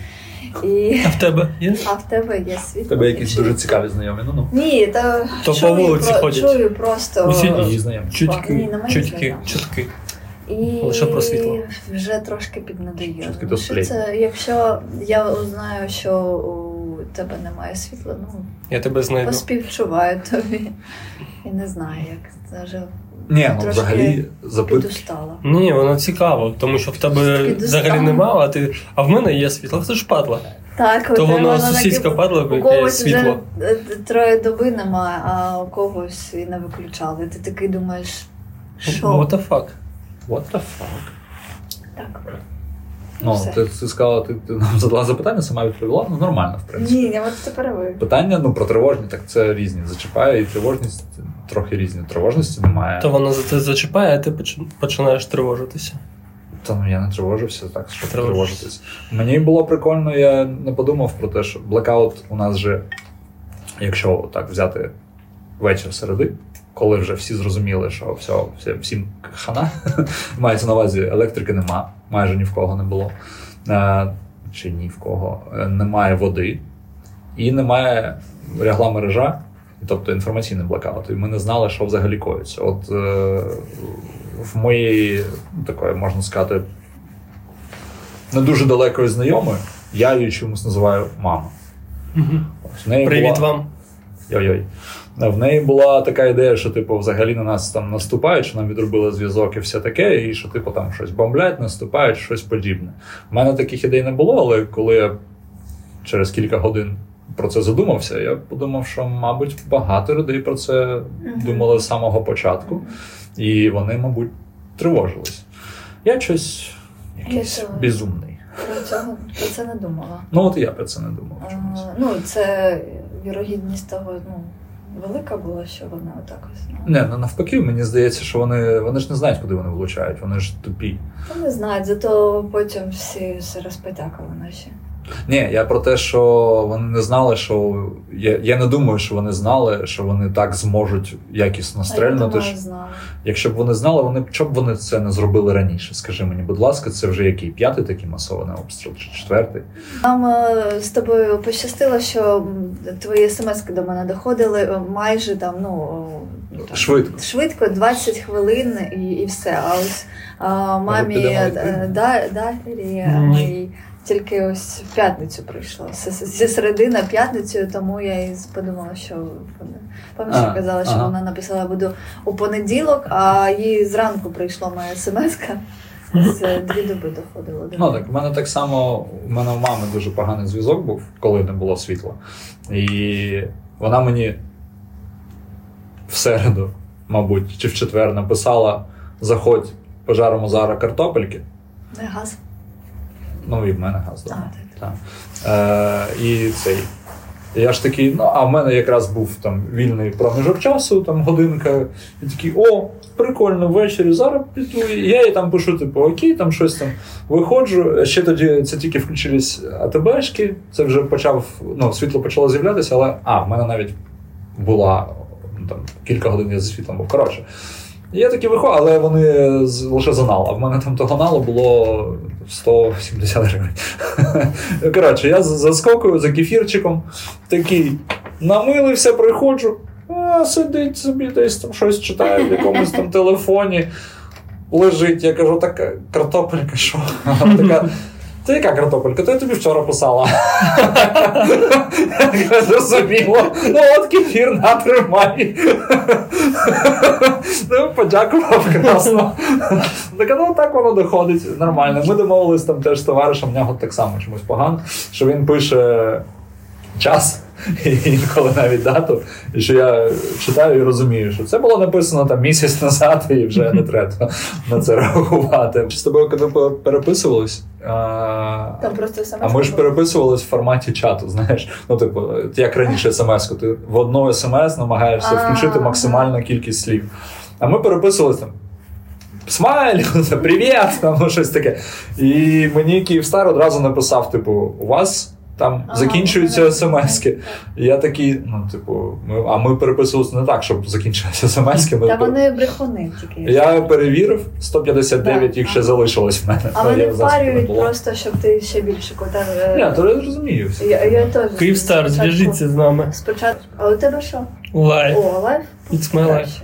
Speaker 3: і
Speaker 2: А в тебе є?
Speaker 3: а в тебе є світло.
Speaker 1: У тебе якісь
Speaker 3: І
Speaker 1: дуже
Speaker 3: чую.
Speaker 1: цікаві знайомі. Ну ну.
Speaker 3: ні, та
Speaker 2: То по
Speaker 3: чую
Speaker 2: вулиці
Speaker 3: про-
Speaker 2: ходять. Ну,
Speaker 3: Чую просто
Speaker 2: Усі
Speaker 1: Її знайомі.
Speaker 3: Ні,
Speaker 2: Чутки,
Speaker 3: на мене
Speaker 2: чутки,
Speaker 3: знайомо.
Speaker 2: чутки.
Speaker 3: і
Speaker 2: Лише про світло.
Speaker 3: вже трошки піднадоїло.
Speaker 1: Трошки
Speaker 3: Ну,
Speaker 1: до
Speaker 3: що
Speaker 1: сплетні.
Speaker 3: це, якщо я узнаю, що у тебе немає світла, ну
Speaker 2: Я тебе знайду.
Speaker 3: поспівчуваю тобі. І не знаю, як це вже
Speaker 1: Ні, ну
Speaker 3: Трошки
Speaker 1: взагалі запит.
Speaker 3: підустала.
Speaker 2: Ні, воно цікаво, тому що в тебе
Speaker 3: Піду
Speaker 2: взагалі
Speaker 3: стану.
Speaker 2: немає, а ти. А в мене є світло, це ж падла.
Speaker 3: Так,
Speaker 2: То
Speaker 3: от
Speaker 2: воно
Speaker 3: таке
Speaker 2: сусідська падла, в
Speaker 3: у
Speaker 2: яке є
Speaker 3: когось
Speaker 2: світло.
Speaker 3: вже е, троє доби немає, а у когось і не виключали. Ти такий думаєш, що
Speaker 2: What the fuck?
Speaker 1: What the fuck?
Speaker 3: так.
Speaker 1: Ну,
Speaker 3: Все.
Speaker 1: ти, ти сказала, ти, ти нам задала запитання, сама відповіла. Ну, нормально, в принципі.
Speaker 3: Ні, я от тепер ви.
Speaker 1: Питання ну про тривожні, так це різні. Зачіпає і тривожність трохи різні. Тривожності немає.
Speaker 2: То воно за те зачіпає, а ти поч- починаєш тривожитися.
Speaker 1: Та ну я не тривожився, так що
Speaker 2: Тривожишся.
Speaker 1: тривожитись. Мені було прикольно, я не подумав про те, що блекаут у нас же, якщо так взяти вечір середи, коли вже всі зрозуміли, що все, всім, всім хана, мається на увазі, електрики нема, майже ні в кого не було. Е, чи ні в кого, Е, немає води і немає рягла мережа, тобто інформаційний блокаут. І ми не знали, що взагалі коїться. От е, в моєї ну, такої, можна сказати, не дуже далекої знайомої, я її чомусь називаю мама. В неї
Speaker 2: Привіт
Speaker 1: була-
Speaker 2: вам.
Speaker 1: Йой-йой. В неї була така ідея, що типу, взагалі на нас там наступають, що нам відробили зв'язок і все таке, і що типу там щось бомблять, наступають, щось подібне. У мене таких ідей не було, але коли я через кілька годин про це задумався, я подумав, що, мабуть, багато людей про це думали з самого початку, і вони, мабуть, тривожились. Я щось якийсь
Speaker 3: Я теж.
Speaker 1: безумний.
Speaker 3: Про цього про це не думала.
Speaker 1: Ну, от і я про це не
Speaker 3: А,
Speaker 1: думав чомусь.
Speaker 3: ну, це вірогідність того, ну, велика була, що вона отак ось. ну.
Speaker 1: Не, ну навпаки, мені здається, що вони, вони ж не знають, куди вони влучають, вони ж тупі.
Speaker 3: Та не знають, зато потім всі все розпотякали наші.
Speaker 1: Ні, я про те, що вони не знали, що я, я не думаю, що вони знали, що вони так зможуть якісно
Speaker 3: а я
Speaker 1: стрельнути.
Speaker 3: думаю,
Speaker 1: ж.
Speaker 3: знали.
Speaker 1: Якщо б вони знали, вони б- чого б вони це не зробили раніше. Скажи мені, будь ласка, це вже який п'ятий такий масований обстріл чи четвертий?
Speaker 3: Нам е, з тобою пощастило, що м, твої смс до мене доходили е, майже там, ну о, там,
Speaker 1: Швидко.
Speaker 3: швидко 20 хвилин і, і все. А ось а, мамі
Speaker 1: підемо
Speaker 3: е,
Speaker 1: відповідно?
Speaker 3: да, Дарі
Speaker 2: Ні.
Speaker 3: моїй тільки ось в п'ятницю прийшло. З- з- Зі середи на п'ятницю, тому я і з- подумала, що вона- пам'ятаєш,
Speaker 1: А,
Speaker 3: я казала, що
Speaker 1: ага.
Speaker 3: вона написала я буду у понеділок, а їй зранку прийшла моя смс-ка. З е, дві доби доходило до
Speaker 1: Ну
Speaker 3: мене.
Speaker 1: так, в мене так само, в мене у мами дуже поганий зв'язок був, коли не було світла. І вона мені в середу, мабуть, чи в четвер написала: заходь, пожаримо зараз картопельки.
Speaker 3: Не газ.
Speaker 1: Ну і в мене газ
Speaker 3: А,
Speaker 1: дома.
Speaker 3: так.
Speaker 1: Так. Е, і цей. І я ж такий, ну а в мене якраз був там вільний проміжок часу, там годинка. І такий, о, прикольно, ввечері зараз піду. І я їй там пишу, типу, окей, там щось там виходжу. Ще тоді це тільки включились АТБшки, це вже почав, ну, світло почало з'являтися, але а, в мене навіть була ну, там кілька годин я зі світлом був. Коротше. І Я таки виходив, але вони з- лише за нал. А в мене там того налу було 170 гривень. Коротше, я з- заскокую за кефірчиком, такий намилився, приходжу, а, сидить собі, десь там щось читає в якомусь там телефоні. Лежить, я кажу, така картопелька, що? Вона така, ти яка картопелька? То я тобі вчора писала. Я кажу, Зрозуміло. Ну от кефір натримай. Ну, подякував красно. Так, ну так воно доходить нормально. Ми домовились там теж з товаришем, в нього так само чомусь погано, що він пише час. І інколи навіть дату, і що я читаю і розумію, що це було написано там місяць назад, і вже не треба на це реагувати. Чи з тобою коли переписувались? А,
Speaker 3: Там просто саме.
Speaker 1: а ми ж переписувались в форматі чату, знаєш. Ну, типу, як раніше смс ти в одну смс намагаєшся
Speaker 3: А,
Speaker 1: включити
Speaker 3: ага.
Speaker 1: максимальну кількість слів. А ми переписувались там. Смайль, там, привіт, там ну, щось таке. І мені Київстар одразу написав: типу, у вас там
Speaker 3: Ага,
Speaker 1: закінчуються
Speaker 3: ага.
Speaker 1: смски. І я такий, ну, типу, ми, а ми переписувалися не так, щоб закінчилися смски. Ми
Speaker 3: Та
Speaker 1: пер-
Speaker 3: вони брехуни тільки.
Speaker 1: Я перевірив, 159
Speaker 3: Да.
Speaker 1: їх ще залишилось в мене.
Speaker 3: А
Speaker 1: Ну,
Speaker 3: вони
Speaker 1: я в засобі не
Speaker 3: впарюють
Speaker 1: було.
Speaker 3: просто, щоб ти ще більше куда.
Speaker 1: Ні, то я розумію. все.
Speaker 3: Я, я теж.
Speaker 2: Київстар,
Speaker 3: спочатку-
Speaker 2: зв'яжіться з нами.
Speaker 3: Спочатку. А у тебе що?
Speaker 2: Лайф.
Speaker 3: О, лайф?
Speaker 2: It's my life.
Speaker 3: Краще.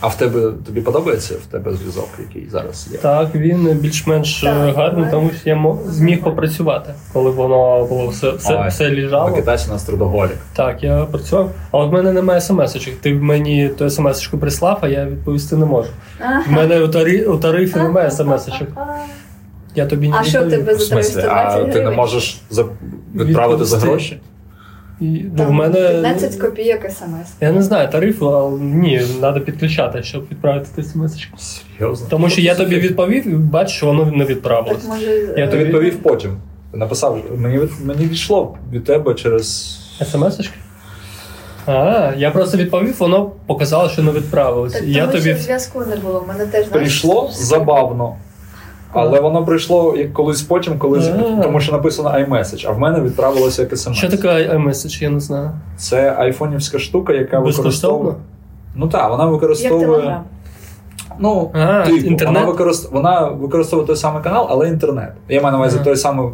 Speaker 1: А в тебе тобі подобається в тебе зв'язок, який зараз є?
Speaker 2: Так, він більш-менш е,
Speaker 3: Так,
Speaker 2: гарний,
Speaker 3: лайф.
Speaker 2: тому що я мо- зміг попрацювати, коли воно було все, все,
Speaker 1: Ой,
Speaker 2: все лежало.
Speaker 1: Викидач у нас трудоголік.
Speaker 2: Так, я працював. Але в мене немає смс-очок. Ти мені ту смс-очку прислав, а я відповісти не можу.
Speaker 3: А.
Speaker 2: В мене у, тарі- у тарифі немає смс-очок.
Speaker 3: А.
Speaker 2: Я тобі не
Speaker 3: А що в
Speaker 2: відповім.
Speaker 3: тебе
Speaker 1: В
Speaker 3: за 320
Speaker 1: смислі, а
Speaker 3: гривень?
Speaker 1: ти не можеш за... відправити за
Speaker 2: Відповісти.
Speaker 1: гроші?
Speaker 2: І, ну,
Speaker 3: Там
Speaker 2: в мене...
Speaker 3: 15 копійок смс.
Speaker 2: Я не знаю тарифу, але ні, треба підключати, щоб відправити ту смс-очку.
Speaker 1: Серйозно?
Speaker 2: Тому що я тобі відповів і бачу, що воно не
Speaker 3: Так
Speaker 2: відправилось.
Speaker 3: може.
Speaker 2: Я
Speaker 3: е,
Speaker 1: Ти відповів потім. Ти написав, мені, від- мені відійшло від тебе через.
Speaker 2: СМС-очки? А, я просто відповів, воно показало, що не відправилось.
Speaker 3: Так,
Speaker 2: І я
Speaker 3: тому
Speaker 2: тобі
Speaker 3: що зв'язку не було, в мене теж знаєш,
Speaker 1: Прийшло забавно. Але воно прийшло як колись потім, коли з-
Speaker 2: А.
Speaker 1: тому що написано iMessage, а в мене відправилося як смс.
Speaker 2: що таке iMessage, я не знаю.
Speaker 1: Це айфонівська штука, яка використовує.
Speaker 2: Безкоштовно?
Speaker 1: Ну так, вона
Speaker 3: як
Speaker 1: використовує.
Speaker 3: телеграм.
Speaker 1: Ну,
Speaker 2: А,
Speaker 1: Типу, Вона,
Speaker 2: інтернет.
Speaker 1: використ... вона використовує той самий канал, але інтернет. Я маю на увазі
Speaker 2: Ага.
Speaker 1: той самий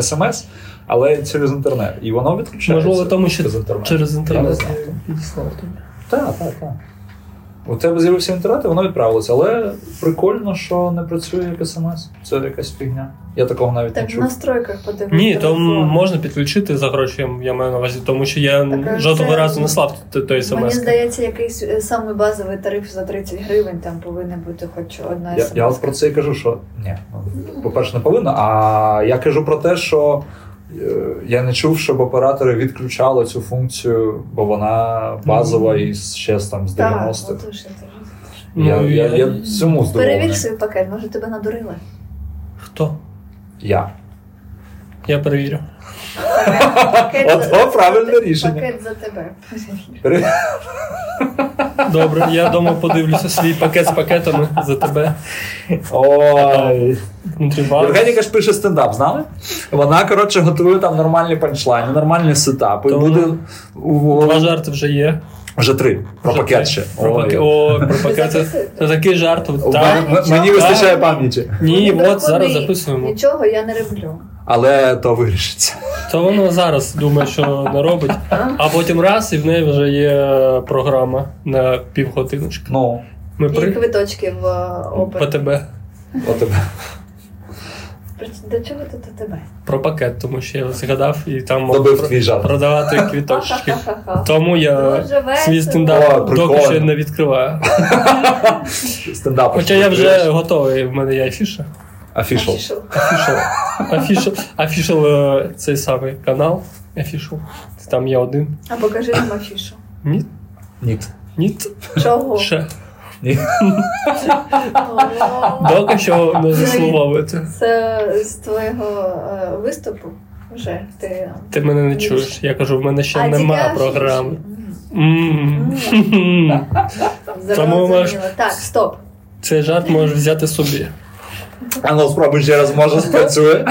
Speaker 1: смс, але через інтернет. І воно відключається.
Speaker 2: Можливо, тому що
Speaker 1: через інтернет.
Speaker 2: через
Speaker 1: Я не
Speaker 2: інтернет.
Speaker 1: знаю.
Speaker 2: Підіслав тобі.
Speaker 1: Так, так, так. У тебе з'явився інтернет, і воно відправилося. Але прикольно, що не працює як смс. Це якась фігня. Я такого навіть
Speaker 3: Так
Speaker 1: не
Speaker 3: в
Speaker 1: чув.
Speaker 3: настройках подивитися.
Speaker 2: Ні, то м- можна підключити за гроші, я маю на увазі, тому що я
Speaker 3: Так, а
Speaker 2: жодного
Speaker 3: це-
Speaker 2: разу не слав т- той
Speaker 3: Мені
Speaker 2: смс.
Speaker 3: здається, якийсь е, самий базовий тариф за 30 гривень, там повинен бути хоч одна
Speaker 1: Я,
Speaker 3: смс.
Speaker 1: я от про це і кажу, що ні, ну, по-перше, не повинно. А я кажу про те, що е, я не чув, щоб оператори відключали цю функцію, бо вона базова і ще з там з
Speaker 3: Так, ну,
Speaker 1: 90-х.
Speaker 3: отож, я теж.
Speaker 2: Ну,
Speaker 1: Я, я, я цьому здивований.
Speaker 3: Перевір свій пакет, може тебе надурили.
Speaker 2: Хто?
Speaker 1: Я.
Speaker 2: Я перевірю.
Speaker 3: Пакет
Speaker 1: От,
Speaker 3: за-
Speaker 1: о, правильне рішення.
Speaker 3: Пакет за тебе.
Speaker 2: Добре, я вдома подивлюся свій пакет з пакетами за тебе.
Speaker 1: Ой.
Speaker 2: Внутрі банк.
Speaker 1: Євгеніка ж пише стендап, знали? Вона, коротше, готує там нормальні панчлайни, нормальні сетапи.
Speaker 2: То
Speaker 1: Буде
Speaker 2: вона-
Speaker 1: у-
Speaker 2: Два жарти вже є.
Speaker 1: вже три. Про
Speaker 2: Вже
Speaker 1: пакет
Speaker 2: три.
Speaker 1: ще.
Speaker 2: Про
Speaker 1: Ой.
Speaker 2: пакет. О, про пакет. Це,
Speaker 3: записуєте?
Speaker 2: це такий жарт.
Speaker 1: У
Speaker 2: Так.
Speaker 1: мене- м- Мені
Speaker 3: нічого.
Speaker 1: вистачає пам'яті,
Speaker 2: Ні,
Speaker 3: Ну,
Speaker 2: от зараз
Speaker 3: ходи.
Speaker 2: записуємо.
Speaker 3: Нічого я не роблю.
Speaker 1: але то вирішиться.
Speaker 2: То воно зараз думає, що не робить, а потім раз, і в неї вже є програма на півгодиночки.
Speaker 1: Ну,
Speaker 2: Ми
Speaker 3: І
Speaker 2: при
Speaker 3: квиточки в е, опер.
Speaker 2: ПТБ
Speaker 1: от тебе.
Speaker 3: При- До чого тут у тебе?
Speaker 2: про пакет, тому що я згадав і там можна
Speaker 1: Добив
Speaker 2: про-
Speaker 1: твій жарт.
Speaker 2: продавати квіточки.
Speaker 3: Ха-ха-ха-ха.
Speaker 2: Тому я
Speaker 3: Дуже весело.
Speaker 2: Е, свій
Speaker 1: О,
Speaker 2: стендап
Speaker 1: прикольно.
Speaker 2: доки ще не відкриваю.
Speaker 1: Стендап.
Speaker 2: Хоча я вже готовий, в мене є афіша.
Speaker 1: Афішал.
Speaker 3: Афішу.
Speaker 2: Афішал. Афішал. Афішал е, цей самий канал. Афішал. Там є один.
Speaker 3: А покажи нам афішу.
Speaker 2: Ні?
Speaker 1: Ні.
Speaker 2: Ні?
Speaker 3: Чого?
Speaker 2: Ще.
Speaker 3: О.
Speaker 2: Доки що не заслуговуєте.
Speaker 3: Це з твого е, виступу. Вже ти
Speaker 2: Ти мене не
Speaker 3: Ні.
Speaker 2: чуєш. Я кажу, в мене ще
Speaker 3: А,
Speaker 2: нема
Speaker 3: цікавіше,
Speaker 2: програми.
Speaker 3: що- Мгм.
Speaker 2: М.
Speaker 3: Зрозуміло.
Speaker 2: Тому ми ж-
Speaker 3: Так, стоп.
Speaker 2: Цей жарт можеш взяти собі.
Speaker 1: А ну спробуй ще раз, може спрацює.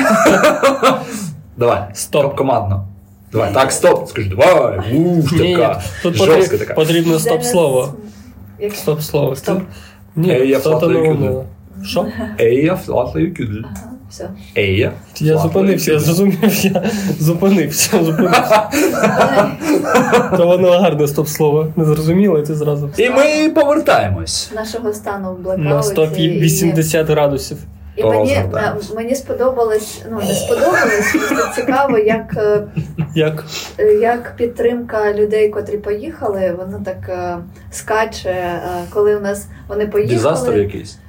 Speaker 1: Давай.
Speaker 2: Стоп.
Speaker 1: Ком- Командно. Давай. Так, стоп. Скажи, давай. Ух,
Speaker 2: Ні, ні.
Speaker 1: така.
Speaker 2: Тут
Speaker 1: Жорстка
Speaker 2: потрібно,
Speaker 1: така.
Speaker 2: потрібно стоп-слово.
Speaker 3: Якщо
Speaker 2: Стоп-слово.
Speaker 3: Стоп.
Speaker 1: Е,
Speaker 2: Ні,
Speaker 1: я
Speaker 2: стоп
Speaker 1: флотою
Speaker 2: не
Speaker 1: кидаю.
Speaker 2: умила. Що?
Speaker 1: Ея, флатлею кюдль.
Speaker 3: Ага, все.
Speaker 1: Ея.
Speaker 2: Я
Speaker 1: флатлею
Speaker 2: зупинився, я
Speaker 1: кюдль.
Speaker 2: зрозумів, я зупинився, зупинився. То воно гарне стоп-слово. Не зрозуміло, і ти зразу.
Speaker 1: І ми повертаємось.
Speaker 3: Нашого стану в блокауті.
Speaker 2: На 180 градусів.
Speaker 3: І
Speaker 1: Того
Speaker 3: мені, е,
Speaker 1: звертаємось.
Speaker 3: мені сподобалось, ну не сподобалось, просто цікаво, як, е,
Speaker 2: Як
Speaker 3: е, як підтримка людей, котрі поїхали, вона так е, скаче, е, коли у нас вони поїхали.
Speaker 1: Дизастер якийсь.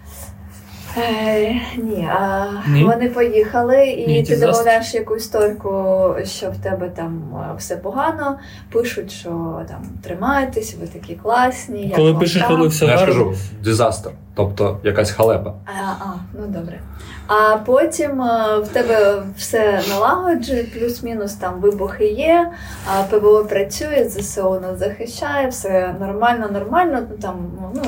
Speaker 3: Е, ні, а
Speaker 2: Ні?
Speaker 3: вони поїхали, і
Speaker 2: Ні,
Speaker 3: ти
Speaker 2: дизастер.
Speaker 3: додаєш якусь торку, що в тебе там е, все погано. Пишуть, що там тримайтесь, ви такі класні. як
Speaker 2: коли
Speaker 3: вам
Speaker 2: пишеш,
Speaker 3: там?»
Speaker 2: коли все
Speaker 1: Ну, Я ж
Speaker 2: гарно.
Speaker 1: кажу, дизастер. Тобто якась халепа.
Speaker 3: А, а, ну добре. А потім е, в тебе все налагоджує, плюс-мінус там вибухи є, а ПВО працює, ЗСУ нас захищає, все нормально, нормально. Ну там ну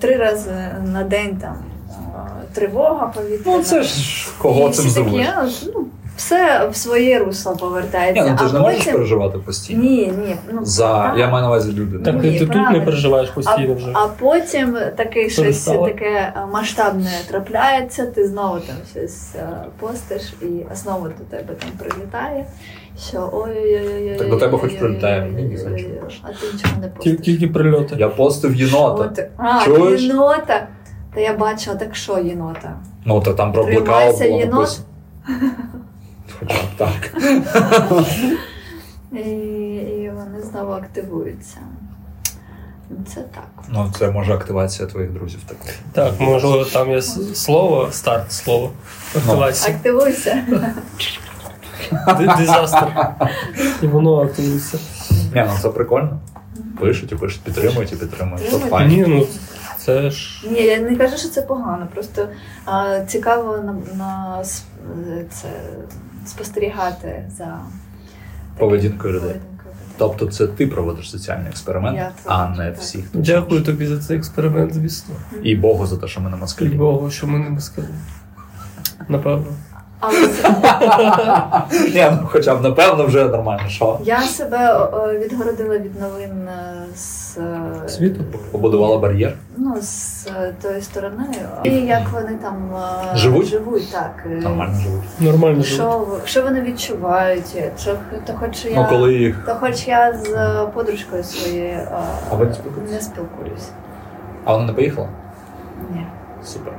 Speaker 3: три рази на день там е, тривога повітряна.
Speaker 1: Ну це ж кого
Speaker 3: І всі
Speaker 1: цим
Speaker 3: такі,
Speaker 1: здивуєш?
Speaker 3: «А, Ну, все в своє русло
Speaker 1: Ні,
Speaker 3: повертається.
Speaker 1: ну ти ж
Speaker 3: а
Speaker 1: не можеш
Speaker 3: потім
Speaker 1: переживати постійно.
Speaker 3: ні, ні, ну
Speaker 1: За
Speaker 3: так.
Speaker 1: я маю на увазі людину.
Speaker 2: Так
Speaker 3: Ні,
Speaker 2: і ти тут не
Speaker 3: ну, правильно.
Speaker 2: переживаєш постійно вже.
Speaker 3: А потім таке щось
Speaker 2: стало?
Speaker 3: таке е, масштабне трапляється, ти знову там щось е, постиш, і знову до тебе там прилітає. Що ой-ой-ой.
Speaker 1: Так до тебе хоч прилітає, мені ні,
Speaker 3: ой-ой-ой-ой-ой-ой-ой-ой-ой-ой. А ти нічого не
Speaker 2: Тіль-
Speaker 3: постиш.
Speaker 2: Тільки прильоти.
Speaker 1: Я постив єнота.
Speaker 3: От, А,
Speaker 1: Чуєш?
Speaker 3: єнота. Та я бачила, так що єнота?
Speaker 1: Ну то там про блекаут
Speaker 3: Тримайся,
Speaker 1: було
Speaker 3: єнот.
Speaker 1: написано. Хоча б так.
Speaker 3: І, і вони знову активуються. Ну, Це так.
Speaker 1: Ну це може активація твоїх друзів так.
Speaker 2: Так, можливо, там є с- слово, старт слово. Активація.
Speaker 3: Активуйся. Ну.
Speaker 2: Ди- Дизастер. І воно активується.
Speaker 1: Ні, ну це прикольно. Пишуть і пишуть, підтримують і підтримують. Це
Speaker 3: Підтримують.
Speaker 1: файно.
Speaker 2: Ні, ну це ж.
Speaker 3: Ні, я не кажу, що це погано, просто а, цікаво на, на с- е, це, спостерігати за
Speaker 1: Поведінкою людей.
Speaker 3: поведінкою людей.
Speaker 1: Тобто це ти проводиш соціальний
Speaker 3: Я
Speaker 1: експеримент,
Speaker 3: це
Speaker 1: а
Speaker 3: бачу,
Speaker 1: не
Speaker 3: так.
Speaker 1: всіх.
Speaker 2: Дякую тобі за цей експеримент, звісно.
Speaker 1: І Богу за те, що ми на
Speaker 2: І
Speaker 1: москалі.
Speaker 2: Богу, що ми не сказали. Напевно.
Speaker 3: Але це-
Speaker 1: Ні, ну хоча б напевно вже нормально, що
Speaker 3: я себе е, відгородила від новин е, з е,
Speaker 2: Світу.
Speaker 1: побудувала бар'єр.
Speaker 3: Ну, з е, тої сторони. І як вони там е,
Speaker 1: Живуть?
Speaker 3: так. е,
Speaker 1: Нормально живуть.
Speaker 2: Нормально живе.
Speaker 3: Що, що вони відчувають? Що, то хоч я...
Speaker 1: Ну коли їх.
Speaker 3: Та хоч я з е, подружкою своєю е,
Speaker 1: А ви не спілкуєтесь?
Speaker 3: не спілкуюсь.
Speaker 1: А вона не поїхала?
Speaker 3: Ні.
Speaker 1: Супер.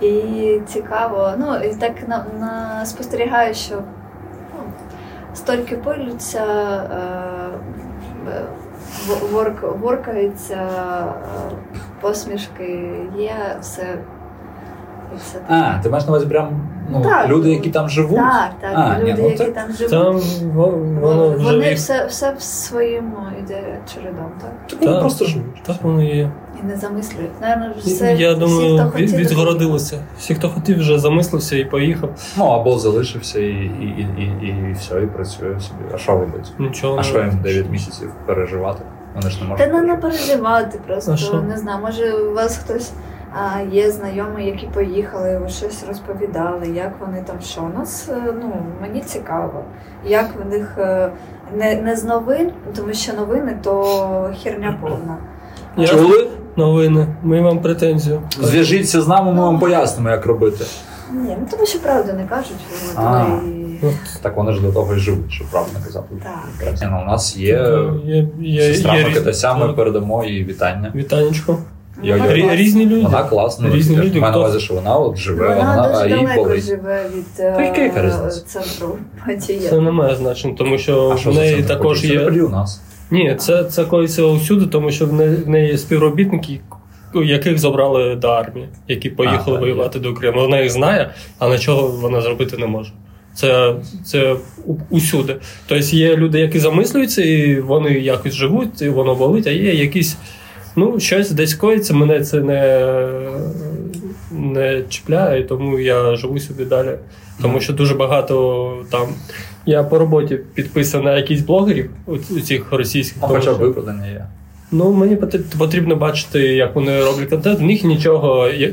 Speaker 3: І цікаво, ну і так на, на спостерігаю, що ну, стільки пилються, е, е, в- ворк, воркаються, е, посмішки є, все. І все
Speaker 1: А, ти маєш на увазі прям ну,
Speaker 3: Так.
Speaker 1: люди, які там живуть.
Speaker 3: так, так,
Speaker 1: А, ні,
Speaker 3: люди,
Speaker 1: ну
Speaker 3: які
Speaker 1: так
Speaker 3: там живуть.
Speaker 2: Там во- воно
Speaker 3: вони
Speaker 2: вже. їх-
Speaker 3: все, все в своєму іде чередом, так?
Speaker 1: Так
Speaker 2: Так.
Speaker 1: вони просто живуть.
Speaker 2: Так воно і є.
Speaker 3: І не замислюють. Наверно,
Speaker 2: І-
Speaker 3: все,
Speaker 2: Я
Speaker 3: всі, хто
Speaker 2: думаю, від,
Speaker 3: хотів,
Speaker 2: відгородилося. Всі, хто хотів, вже замислився і поїхав.
Speaker 1: Ну або залишився і, і, і, і, і все, і працює собі. А що робить?
Speaker 2: Нічого
Speaker 1: А що їм
Speaker 2: не
Speaker 1: 9 місяців переживати? Вони ж не можуть.
Speaker 3: Та не, не
Speaker 1: переживати.
Speaker 3: переживати просто,
Speaker 2: А що?
Speaker 3: не знаю, може у вас хтось а, є знайомі, які поїхали, ви щось розповідали, як вони там, що у нас, е, ну, мені цікаво, як в них е, не, не з новин, тому що новини то херня повна.
Speaker 2: Я-
Speaker 1: Чули?
Speaker 2: Новини. Ми вам претензію.
Speaker 1: Зв'яжіться з
Speaker 3: Ну.
Speaker 1: нами, ми вам пояснимо, як робити.
Speaker 3: Ні, ну тому що правду не кажуть, вони
Speaker 1: А.
Speaker 3: то і...
Speaker 1: Так вони ж до того і живуть, щоб правильно казати.
Speaker 3: Так.
Speaker 1: Ні, ну, у нас є
Speaker 2: Є, є,
Speaker 1: сестра
Speaker 2: є
Speaker 1: Микитася, ми
Speaker 2: різні.
Speaker 1: передамо їй вітання.
Speaker 2: Вітанечко.
Speaker 1: Я-
Speaker 3: Ну,
Speaker 1: я-
Speaker 2: Рі-
Speaker 3: клас.
Speaker 2: Різні люди.
Speaker 1: Вона класна.
Speaker 2: Різні
Speaker 1: я ж
Speaker 2: люди,
Speaker 1: маю на
Speaker 2: хто-
Speaker 1: увазі, що вона от живе,
Speaker 3: Вона,
Speaker 1: вона, а
Speaker 3: дуже
Speaker 1: їй
Speaker 3: далеко
Speaker 1: болить.
Speaker 3: живе від
Speaker 1: Та яка яка
Speaker 3: е,
Speaker 1: різниця?
Speaker 3: центру події.
Speaker 2: Це не має значення, тому що
Speaker 1: А що
Speaker 2: в
Speaker 1: за
Speaker 2: неї
Speaker 1: це
Speaker 2: також
Speaker 1: таке? Це
Speaker 2: є.
Speaker 1: не у нас.
Speaker 2: Ні, це, це коїться усюди, тому що в неї, в неї є співробітники, яких забрали до армії, які
Speaker 1: А,
Speaker 2: поїхали
Speaker 1: так,
Speaker 2: воювати до Криму. Вона їх знає, але чого вона зробити не може. Це, це у- усюди. Тобто є люди, які замислюються, і вони якось живуть, і воно болить, а є якісь. Ну, щось десь коїться, мене це не, не чіпляє, тому я живу сюди далі. Тому що дуже багато там. Я по роботі підписаний на якісь блогерів, у цих російських.
Speaker 1: Ну,
Speaker 2: тому
Speaker 1: хоча б
Speaker 2: що-
Speaker 1: виправдання є.
Speaker 2: Ну, мені пот- потрібно бачити, як вони роблять контент. В них нічого, я-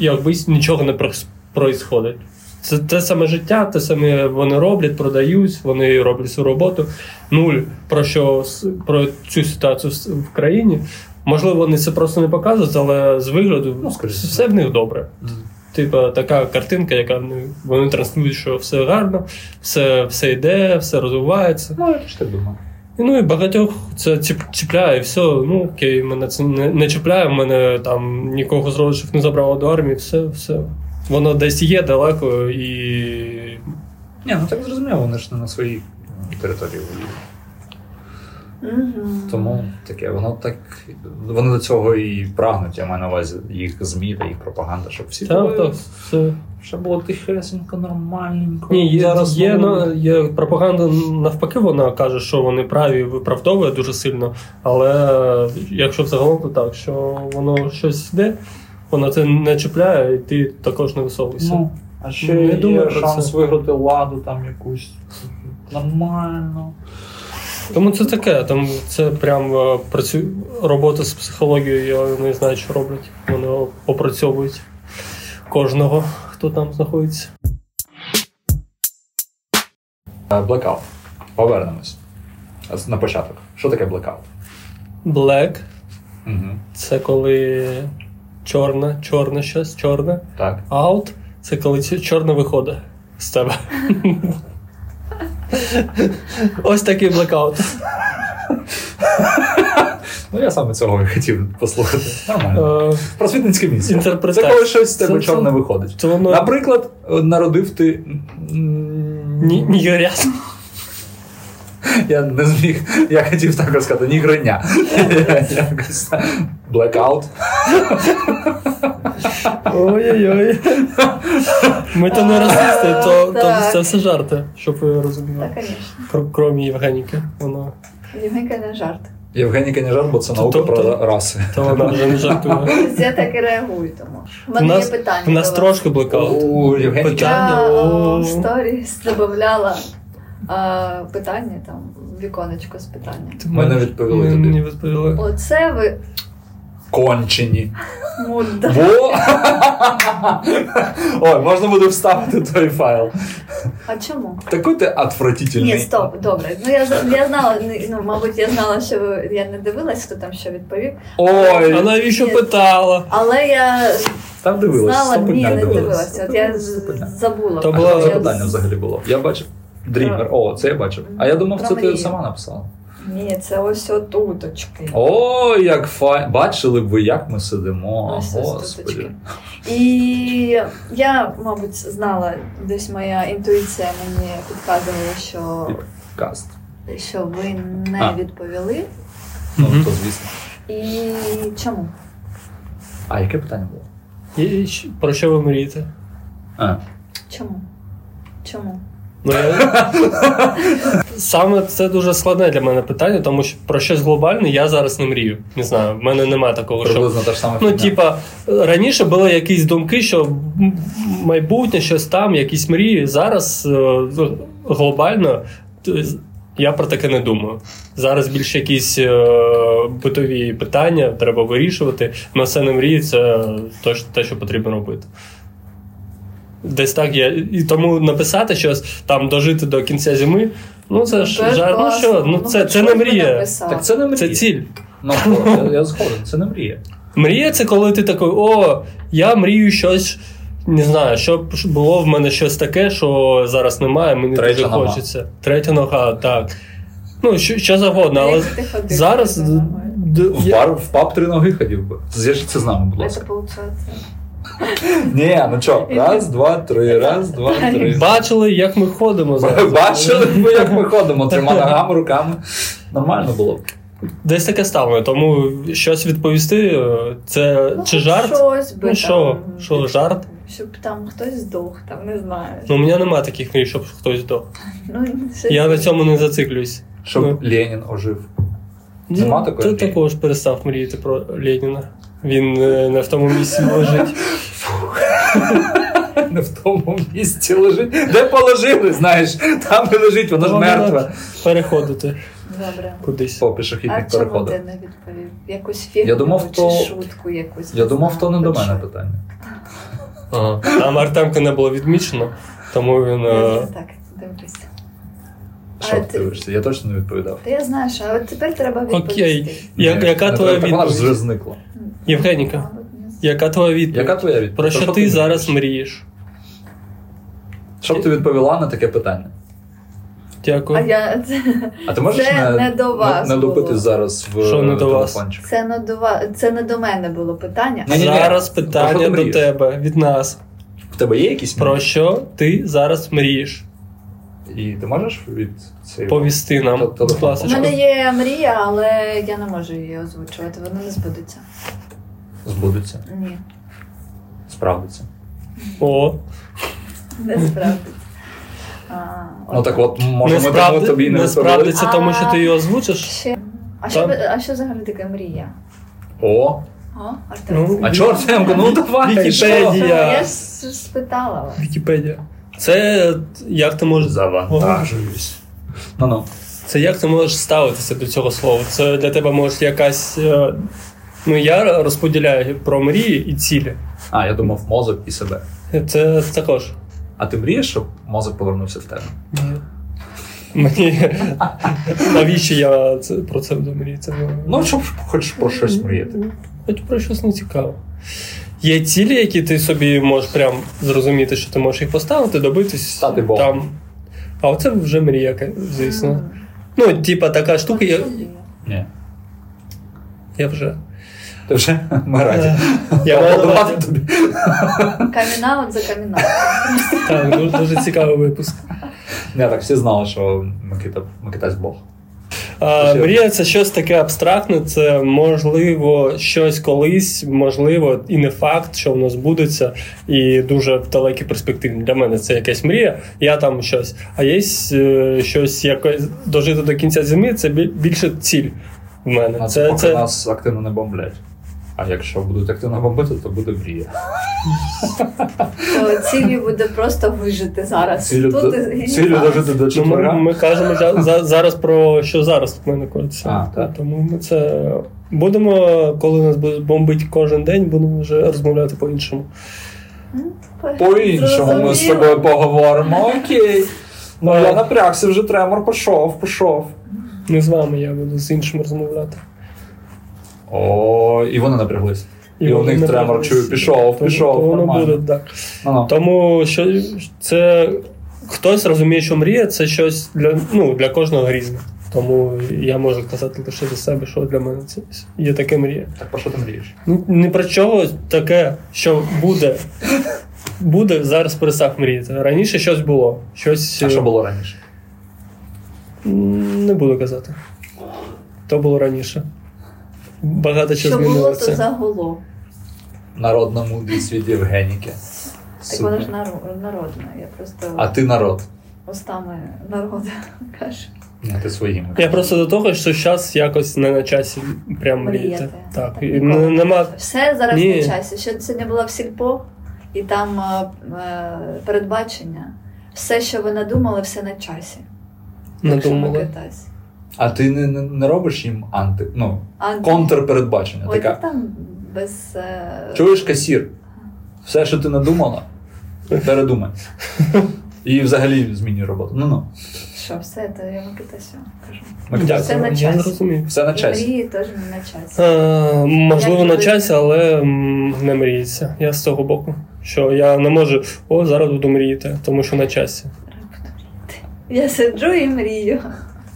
Speaker 2: якби нічого не прос- происходить. Це те саме життя, те саме вони роблять, продають, вони роблять свою роботу. Нуль про що с- про цю ситуацію с- в країні. Можливо, вони це просто не показують, але з вигляду
Speaker 1: Ну, скоріше.
Speaker 2: все в них добре. Типа така картинка, яка ну, вони транслюють, що все гарно, все, все йде, все розвивається.
Speaker 1: Ну, я теж так думаю.
Speaker 2: І, Ну і багатьох це чіп- чіпляє, і все. Ну окей, мене це не, не чіпляє, мене там нікого з родичів не забрало до армії, все, все. Воно десь є далеко і.
Speaker 1: Ні, ну так зрозуміло, вони ж не на своїй м, території воюють.
Speaker 3: Мгм.
Speaker 1: Тому таке, воно так. Вони до цього і прагнуть, я маю на увазі їх ЗМІ та їх пропаганда, щоб всі
Speaker 2: Так,
Speaker 1: були-
Speaker 2: так, все.
Speaker 1: щоб було тихесенько, нормальненько.
Speaker 2: Ні, є,
Speaker 1: Зараз
Speaker 2: є,
Speaker 1: воно-
Speaker 2: на- є пропаганда навпаки, вона каже, що вони праві виправдовує дуже сильно. Але якщо взагалом, то так, що воно щось йде, воно це не чіпляє, і ти також не висовуєшся.
Speaker 1: Ну, а ще
Speaker 2: Не
Speaker 1: є
Speaker 2: думаю про
Speaker 1: шанс
Speaker 2: це.
Speaker 1: виграти ладу там якусь. Нормально.
Speaker 2: Тому це таке, там це прям е, працю... робота з психологією, я не знаю, що роблять. Вони опрацьовують кожного, хто там знаходиться.
Speaker 1: Е, Blackout. Повернемось. З- На початок. Що таке blackout?
Speaker 2: Black
Speaker 1: Угу.
Speaker 2: це коли чорне, чорне щось, чорне.
Speaker 1: Так.
Speaker 2: Out це коли ці- чорне виходить з тебе. Ось такий блекаут.
Speaker 1: Ну я саме цього і хотів послухати. Нормально.
Speaker 2: Е,
Speaker 1: Просвітницьке місце. Це
Speaker 2: Інтерпретація.
Speaker 1: коли щось з тебе
Speaker 2: Це- це-
Speaker 1: чорне виходить.
Speaker 2: Це воно
Speaker 1: Наприклад, е, народив ти. м,
Speaker 2: ні, ні, Юріас.
Speaker 1: Я не зміг. Я хотів також сказати, нігриня. Якось. Blackout.
Speaker 2: Ой-ой-ой. Ми то не расисти, то, то
Speaker 3: Так.
Speaker 2: це все жарти, щоб ви розуміли.
Speaker 1: Ну.
Speaker 3: Та, звісно.
Speaker 2: Кр- Крім Євгеніки, вона,
Speaker 3: Дівненька не жарт.
Speaker 1: Євгеніка не жарт, бо це наука
Speaker 2: Тобто-
Speaker 1: про раси.
Speaker 2: то вона вже не жартує.
Speaker 3: Ось Я так і реагую, тому. У
Speaker 2: У
Speaker 3: мене
Speaker 2: нас,
Speaker 3: є питання.
Speaker 2: в нас
Speaker 3: до вас.
Speaker 2: трошки блекаут.
Speaker 1: У Євгеніки.
Speaker 2: Питання.
Speaker 3: Я
Speaker 2: о.
Speaker 3: в сторіс додавала а, питання там, віконечко з питанням.
Speaker 2: Ти
Speaker 1: Ми не
Speaker 2: маєш-
Speaker 1: відповіли
Speaker 2: Ми-
Speaker 1: тобі.
Speaker 2: Мені відповіли.
Speaker 3: Оце ви
Speaker 1: Кончені.
Speaker 3: мудак.
Speaker 1: Бо. Ой, можна буде вставити той файл.
Speaker 3: А чому?
Speaker 1: Такий ти отвратительний.
Speaker 3: Ні, стоп, добре. Ну я з- я знала, не- ну мабуть, я знала, що ви- я не дивилась, хто там що відповів.
Speaker 2: А
Speaker 1: Ой,
Speaker 2: навіщо
Speaker 3: Ні.
Speaker 2: питала?
Speaker 3: але я
Speaker 1: там дивилась.
Speaker 3: знала,
Speaker 1: сто
Speaker 3: ні,
Speaker 1: питань
Speaker 3: не
Speaker 1: дивилась.
Speaker 3: дивилася. От я з- забула.
Speaker 2: Та
Speaker 1: А
Speaker 2: була-
Speaker 1: що за
Speaker 3: Я
Speaker 1: питання
Speaker 3: з-
Speaker 1: взагалі було? Я бачив. Дрімер. О, це я бачив. А я думав,
Speaker 3: Про
Speaker 1: це ти
Speaker 3: мрії.
Speaker 1: сама написала.
Speaker 3: Ні, це ось отуточки.
Speaker 1: О, як фай. Бачили б ви, як ми сидимо.
Speaker 3: Ось ось
Speaker 1: Господи.
Speaker 3: туточки. І я, мабуть, знала, десь моя інтуїція мені підказувала, що,
Speaker 1: Каст.
Speaker 3: що ви не
Speaker 1: А.
Speaker 3: відповіли.
Speaker 1: Ну,
Speaker 2: Мгм.
Speaker 1: то звісно.
Speaker 3: І чому?
Speaker 1: А яке питання було?
Speaker 2: І щ- Про що ви мрієте?
Speaker 1: А,
Speaker 3: Чому? Чому?
Speaker 2: Ну, я... Саме це дуже складне для мене питання, тому що про щось глобальне я зараз не мрію. Не знаю, в мене немає такого, що
Speaker 1: приблизно та ж сама
Speaker 2: Ну,
Speaker 1: фігня.
Speaker 2: типа, раніше були якісь думки, що м- майбутнє, щось там, якісь мрії. Зараз е, глобально т- я про таке не думаю. Зараз більш якісь е, битові питання треба вирішувати, але це не мрії, це то, що- те, що потрібно робити. Десь так я. І тому написати щось там дожити до кінця зими. Ну, це ж
Speaker 3: Теж
Speaker 2: жар. Ну
Speaker 3: класно.
Speaker 2: що, ну це,
Speaker 3: хоч
Speaker 2: це не
Speaker 3: щось ми
Speaker 2: мрія.
Speaker 3: написали.
Speaker 1: Так це не мрія.
Speaker 2: Це ціль.
Speaker 1: Ну, я, я згоден, це не мрія.
Speaker 2: Мрія це коли ти такий, о, я мрію щось, не знаю, щоб було в мене щось таке, що зараз немає, мені
Speaker 1: Третя
Speaker 2: дуже
Speaker 1: нога.
Speaker 2: хочеться. Третя нога, так. Ну, що, що завгодно, але
Speaker 3: Як ти ходив?
Speaker 2: зараз.
Speaker 3: Це нормально.
Speaker 2: д-
Speaker 1: В,
Speaker 2: я-
Speaker 1: бар, в паб три ноги ходів би. Зв'яжіть це з нами, будь
Speaker 3: Це
Speaker 1: ласка.
Speaker 3: получається.
Speaker 1: Ні, ну чо, раз, два, три, раз, два, три.
Speaker 2: Бачили, як ми ходимо
Speaker 1: Ви
Speaker 2: зараз.
Speaker 1: Бачили, б, як ми ходимо трьома ногами, руками. Нормально було. б.
Speaker 2: Десь таке ставлення, тому щось відповісти, е, це
Speaker 3: Ну,
Speaker 2: чи жарт?
Speaker 3: Щось би
Speaker 2: Ну, що,
Speaker 3: там,
Speaker 2: що жарт?
Speaker 3: Щоб там хтось здох, там не знаю.
Speaker 2: Ну, у мене немає таких мрій, щоб хтось до.
Speaker 3: Ну, щось-
Speaker 2: Я на цьому не зациклююсь. Ну.
Speaker 1: Щоб Ленін ожив. Нема такої
Speaker 2: Ти
Speaker 1: мрії?
Speaker 2: також перестав мріяти про Леніна. Він е, не в тому місці лежить.
Speaker 1: Не в тому місці лежить. Де положили, знаєш, там і лежить, воно ж
Speaker 2: Вона
Speaker 1: мертве.
Speaker 2: Переходити
Speaker 3: Добре.
Speaker 2: кудись.
Speaker 1: По
Speaker 3: А
Speaker 1: пішохідних
Speaker 3: чому
Speaker 1: переходах.
Speaker 3: ти не відповів? Якусь фігню
Speaker 1: Я думав,
Speaker 3: чи
Speaker 1: то-
Speaker 3: шутку якусь.
Speaker 1: Я
Speaker 3: не
Speaker 1: думав, то
Speaker 3: знаю,
Speaker 1: не до
Speaker 3: хоч
Speaker 1: мене
Speaker 3: що.
Speaker 1: питання.
Speaker 2: Ага. Там Артемка не було відмічено, тому він.
Speaker 3: Я
Speaker 2: е,
Speaker 3: не так дивлюся.
Speaker 1: Що
Speaker 3: А
Speaker 1: ти
Speaker 3: ти-
Speaker 1: дивишся? Я точно не відповідав.
Speaker 3: Та я знаю, що а от тепер треба відповісти.
Speaker 2: Окей. Я-
Speaker 1: Ні,
Speaker 2: яка
Speaker 1: не
Speaker 2: твоя
Speaker 1: треба. Так Вона ж
Speaker 2: відповідь?
Speaker 1: вже зникла.
Speaker 2: Євгеніка,
Speaker 3: Мабуть, не знаю.
Speaker 2: яка твоя відповідь?
Speaker 1: Яка твоя відповідь?
Speaker 2: Про
Speaker 1: То
Speaker 2: що ти зараз
Speaker 1: думаєш?
Speaker 2: мрієш?
Speaker 1: Що б ти відповіла на таке питання?
Speaker 3: А
Speaker 2: Дякую.
Speaker 3: я
Speaker 1: А ти можеш не,
Speaker 3: Це не до вас
Speaker 1: не, не допити
Speaker 3: було.
Speaker 1: зараз в е,
Speaker 2: Що не до вас?
Speaker 1: телефончик?
Speaker 3: це не до ва- це не до мене було питання.
Speaker 1: Ні-ні-ні.
Speaker 2: Зараз
Speaker 1: Про що
Speaker 2: питання
Speaker 1: ти
Speaker 2: до
Speaker 1: мрієш?
Speaker 2: тебе від нас.
Speaker 1: В тебе є якісь
Speaker 2: Про
Speaker 1: мрії?
Speaker 2: що ти зараз мрієш?
Speaker 1: І ти можеш від цієї
Speaker 2: Повісти нам,
Speaker 1: Тобто,
Speaker 2: будь
Speaker 3: У
Speaker 2: ласка.
Speaker 3: мене є мрія, але я не можу її озвучувати. Вона не збудеться.
Speaker 1: збудеться,
Speaker 3: Ні,
Speaker 1: справдиться?
Speaker 2: О,
Speaker 3: не справді. А,
Speaker 1: Ну так от, може,
Speaker 2: не,
Speaker 1: ми тому
Speaker 2: справді,
Speaker 1: тобі не
Speaker 2: не
Speaker 1: відповіли?
Speaker 2: справдиться, тому що ти її озвучиш.
Speaker 3: Ще. А що,
Speaker 2: Там-
Speaker 3: ви- а що взагалі таке мрія?
Speaker 1: О,
Speaker 3: О, Артем.
Speaker 2: Ну,
Speaker 1: а чорт, Семко, ну давай, що?
Speaker 2: Вікіпедія.
Speaker 3: Я ж спитала вас.
Speaker 2: Вікіпедія. Це як ти можеш
Speaker 1: Завантажуюсь. Ну-ну.
Speaker 2: Це як ти можеш ставитися до цього слова? Це для тебе може якась. е, Ну, я розподіляю про мрії і цілі.
Speaker 1: А, я думав мозок і себе.
Speaker 2: Це також.
Speaker 1: А ти мрієш, щоб мозок повернувся в тебе?
Speaker 2: Мені навіщо я це, про це буду мріяти?
Speaker 1: Ну, щоб хоч про щось мріяти.
Speaker 2: Хоч про щось не цікаво. Є цілі, які ти собі можеш прям зрозуміти, що ти можеш їх поставити, добитись
Speaker 1: Стати Богом.
Speaker 2: там. А оце вже мрія, яка, звісно.
Speaker 3: М.
Speaker 2: Ну, типа така штука, я,
Speaker 1: Ні.
Speaker 2: я вже.
Speaker 1: Ти вже ми раді.
Speaker 2: Я маю на увазі-
Speaker 1: Аплодувати тобі.
Speaker 3: Камінаут за камінаут.
Speaker 2: Так, дуже, дуже цікавий випуск.
Speaker 1: Не, так всі знали, що Микита, Микитась Бог.
Speaker 2: А,
Speaker 1: Ще.
Speaker 2: мрія це щось таке абстрактне, це можливо щось колись, можливо, і не факт, що воно збудеться, і дуже в далекій перспективі. Для мене це якась мрія, я там щось. А є е, щось якось дожити до кінця зими, це бі- більше ціль в мене.
Speaker 1: А це,
Speaker 2: Це,
Speaker 1: поки
Speaker 2: це
Speaker 1: нас активно не бомблять. А якщо будуть активно бомбити, то буде мрія.
Speaker 3: То цілі буде просто вижити зараз.
Speaker 1: Цілю
Speaker 3: Тут і-
Speaker 1: до-
Speaker 3: і
Speaker 1: цілю
Speaker 3: зараз.
Speaker 1: дожити до
Speaker 2: ну, ми,
Speaker 1: четверга.
Speaker 2: ми кажемо за, за- зараз про що зараз в мене
Speaker 1: А,
Speaker 2: коїться.
Speaker 1: так.
Speaker 2: Тому ми це будемо, коли нас буде бомбить кожен день, будемо вже розмовляти по-іншому.
Speaker 3: М,
Speaker 1: По-іншому ми з
Speaker 3: зрозуміло.
Speaker 1: тобою поговоримо. Окей. Ну
Speaker 2: Е.
Speaker 1: я напрягся, вже тремор пішов, пішов.
Speaker 2: Не з вами я буду з іншим розмовляти.
Speaker 1: О, і вони напряглись. І у
Speaker 2: вони
Speaker 1: них
Speaker 2: не
Speaker 1: тремор,
Speaker 2: будуть.
Speaker 1: чую, пішов,
Speaker 2: Тому-
Speaker 1: пішов,
Speaker 2: то Воно
Speaker 1: нормально. Ну,
Speaker 2: буде так.
Speaker 1: Ну-ну.
Speaker 2: Тому що це хтось розуміє, що мрія це щось для, ну, для кожного різне. Тому я можу казати лише за себе, що для мене це є таке мрія.
Speaker 1: Так про що ти мрієш?
Speaker 2: Ні, ні про чого таке, що буде. Буде зараз перестав мріяти. Раніше щось було. Щось
Speaker 1: А що
Speaker 2: е,
Speaker 1: було раніше?
Speaker 2: м, не буду казати. То було раніше. Багато чого
Speaker 3: Що було,
Speaker 2: змінилося.
Speaker 3: то загуло.
Speaker 1: Народна мудрість від Євгеніки.
Speaker 3: Так вона ж наро- народна. Я просто
Speaker 1: А ти народ.
Speaker 3: устами народу кажу.
Speaker 1: А ти своїми.
Speaker 2: Я просто до того, що зараз якось не на часі прям
Speaker 3: Мріяти.
Speaker 2: мріяти. Так,
Speaker 3: Так,
Speaker 2: і
Speaker 3: ніколи.
Speaker 2: не- нема.
Speaker 3: Все зараз
Speaker 2: Ні.
Speaker 3: на часі. Що сьогодні була в сільпо, і там е, е, передбачення. Все, що ви надумали, все на часі.
Speaker 2: Не
Speaker 3: Якщо
Speaker 2: думали.
Speaker 3: Микитась.
Speaker 1: А ти не, не, не робиш їм анти, ну,
Speaker 3: А
Speaker 1: контрпередбачення.
Speaker 3: Ой,
Speaker 1: така.
Speaker 3: так там без. е,
Speaker 1: Чуєш касір? Все, що ти надумала, передумай. І взагалі змінюй роботу. Ну ну.
Speaker 3: Що, все, то я Микитасю кажу.
Speaker 1: Микитась,
Speaker 3: Все на
Speaker 2: я не
Speaker 3: часі.
Speaker 2: розумію.
Speaker 1: Все на часі.
Speaker 3: Мрії теж не на часі.
Speaker 2: Е, можливо,
Speaker 3: Як
Speaker 2: на
Speaker 3: ви-
Speaker 2: часі, але м, не мріється. Я з того боку. Що я не можу, о, зараз буду мріяти, тому що на часі.
Speaker 3: Я сиджу і мрію.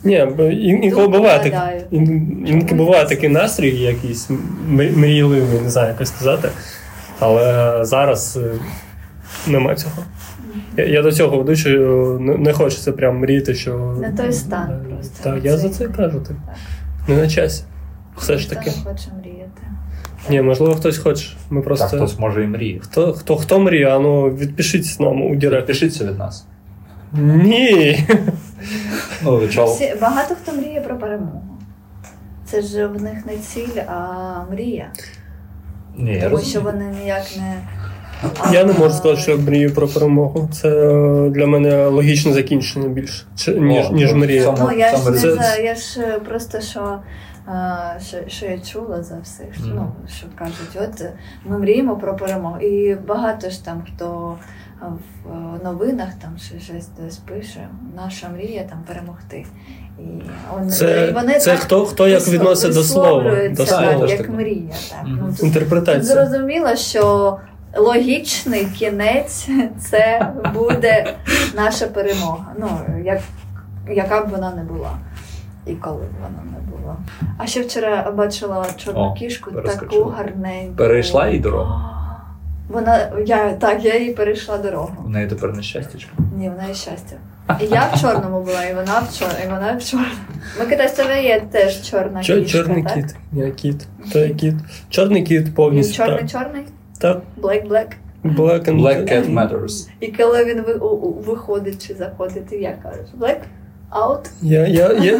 Speaker 2: Ні, бо ін- інколи
Speaker 3: Думку
Speaker 2: буває так.
Speaker 3: гадаю.
Speaker 2: ін- Інколи
Speaker 3: Чому?
Speaker 2: буває такий настрій, якийсь м- мрійливий, не знаю, як сказати. Але зараз е, нема цього. Я, я до цього веду, що е, не, не хочеться прям мріяти, що.
Speaker 3: Не той стан
Speaker 2: Е,
Speaker 3: просто.
Speaker 2: Так, я за це кажу. Так.
Speaker 3: Так.
Speaker 2: Не на часі. Все ж таки.
Speaker 3: Хто не хоче мріяти.
Speaker 2: Ні, можливо, хтось хоче. Ми просто.
Speaker 1: Так хтось може і мріє.
Speaker 2: Хто, хто, хто мріє, а ну відпишіть нам у директ.
Speaker 1: Пишіться від нас.
Speaker 2: Ні.
Speaker 1: Ну, від чого?
Speaker 3: Всі, багато хто мріє про перемогу. Це ж в них не ціль, а мрія.
Speaker 1: Ні, я
Speaker 3: Тому що
Speaker 1: розумію.
Speaker 3: вони ніяк не
Speaker 2: Я не можу сказати, що я мрію про перемогу. Це е, для мене логічне закінчення більше, чи- ніж,
Speaker 1: О,
Speaker 2: ніж
Speaker 1: ну,
Speaker 2: мрія.
Speaker 1: сам-
Speaker 3: Ну, я ж
Speaker 1: Саме
Speaker 3: не
Speaker 1: це-
Speaker 3: знаю, я ж е, просто що, е, що, що я чула за всіх, що, ну, що кажуть, от е, ми мріємо про перемогу. І багато ж там хто е, в е, новинах там ще щось десь пише, наша мрія там перемогти. І, он, і
Speaker 2: Це,
Speaker 3: вони
Speaker 2: це
Speaker 3: так
Speaker 2: хто, хто як
Speaker 3: вислов-
Speaker 2: відносить до слова.
Speaker 3: висловлюються,
Speaker 2: До
Speaker 1: слова.
Speaker 3: Так,
Speaker 2: слова.
Speaker 1: Теж
Speaker 3: як
Speaker 1: так.
Speaker 3: мрія. Так.
Speaker 1: Мгм.
Speaker 3: Ну, тут Тут
Speaker 2: Інтерпретація.
Speaker 3: зрозуміло, що логічний кінець це буде наша перемога. Ну, як, яка б вона не була. І коли б вона не була. А ще вчора бачила чорну
Speaker 1: О,
Speaker 3: кішку, таку
Speaker 1: перескочила.
Speaker 3: гарненьку.
Speaker 1: Перейшла їй дорогу.
Speaker 3: А, Вона, я, так, я їй перейшла дорогу.
Speaker 1: В неї тепер нещастячко.
Speaker 3: Ні, вона є щастя. І я в чорному була, і вона в чорному, і вона в чорному. Микита, з тебе є теж чорна
Speaker 2: Чо-
Speaker 3: кішка,
Speaker 2: Чорний
Speaker 3: так?
Speaker 2: кіт. Я кіт. Той кіт. Чорний кіт повністю.
Speaker 3: Він
Speaker 2: Так.
Speaker 3: чорний-чорний?
Speaker 2: так.
Speaker 3: Black-black?
Speaker 2: Black and
Speaker 1: Black Cat Matters.
Speaker 3: І коли він ви, у- у- виходить чи заходить, ти як кажеш, black out.
Speaker 2: Я, я, я,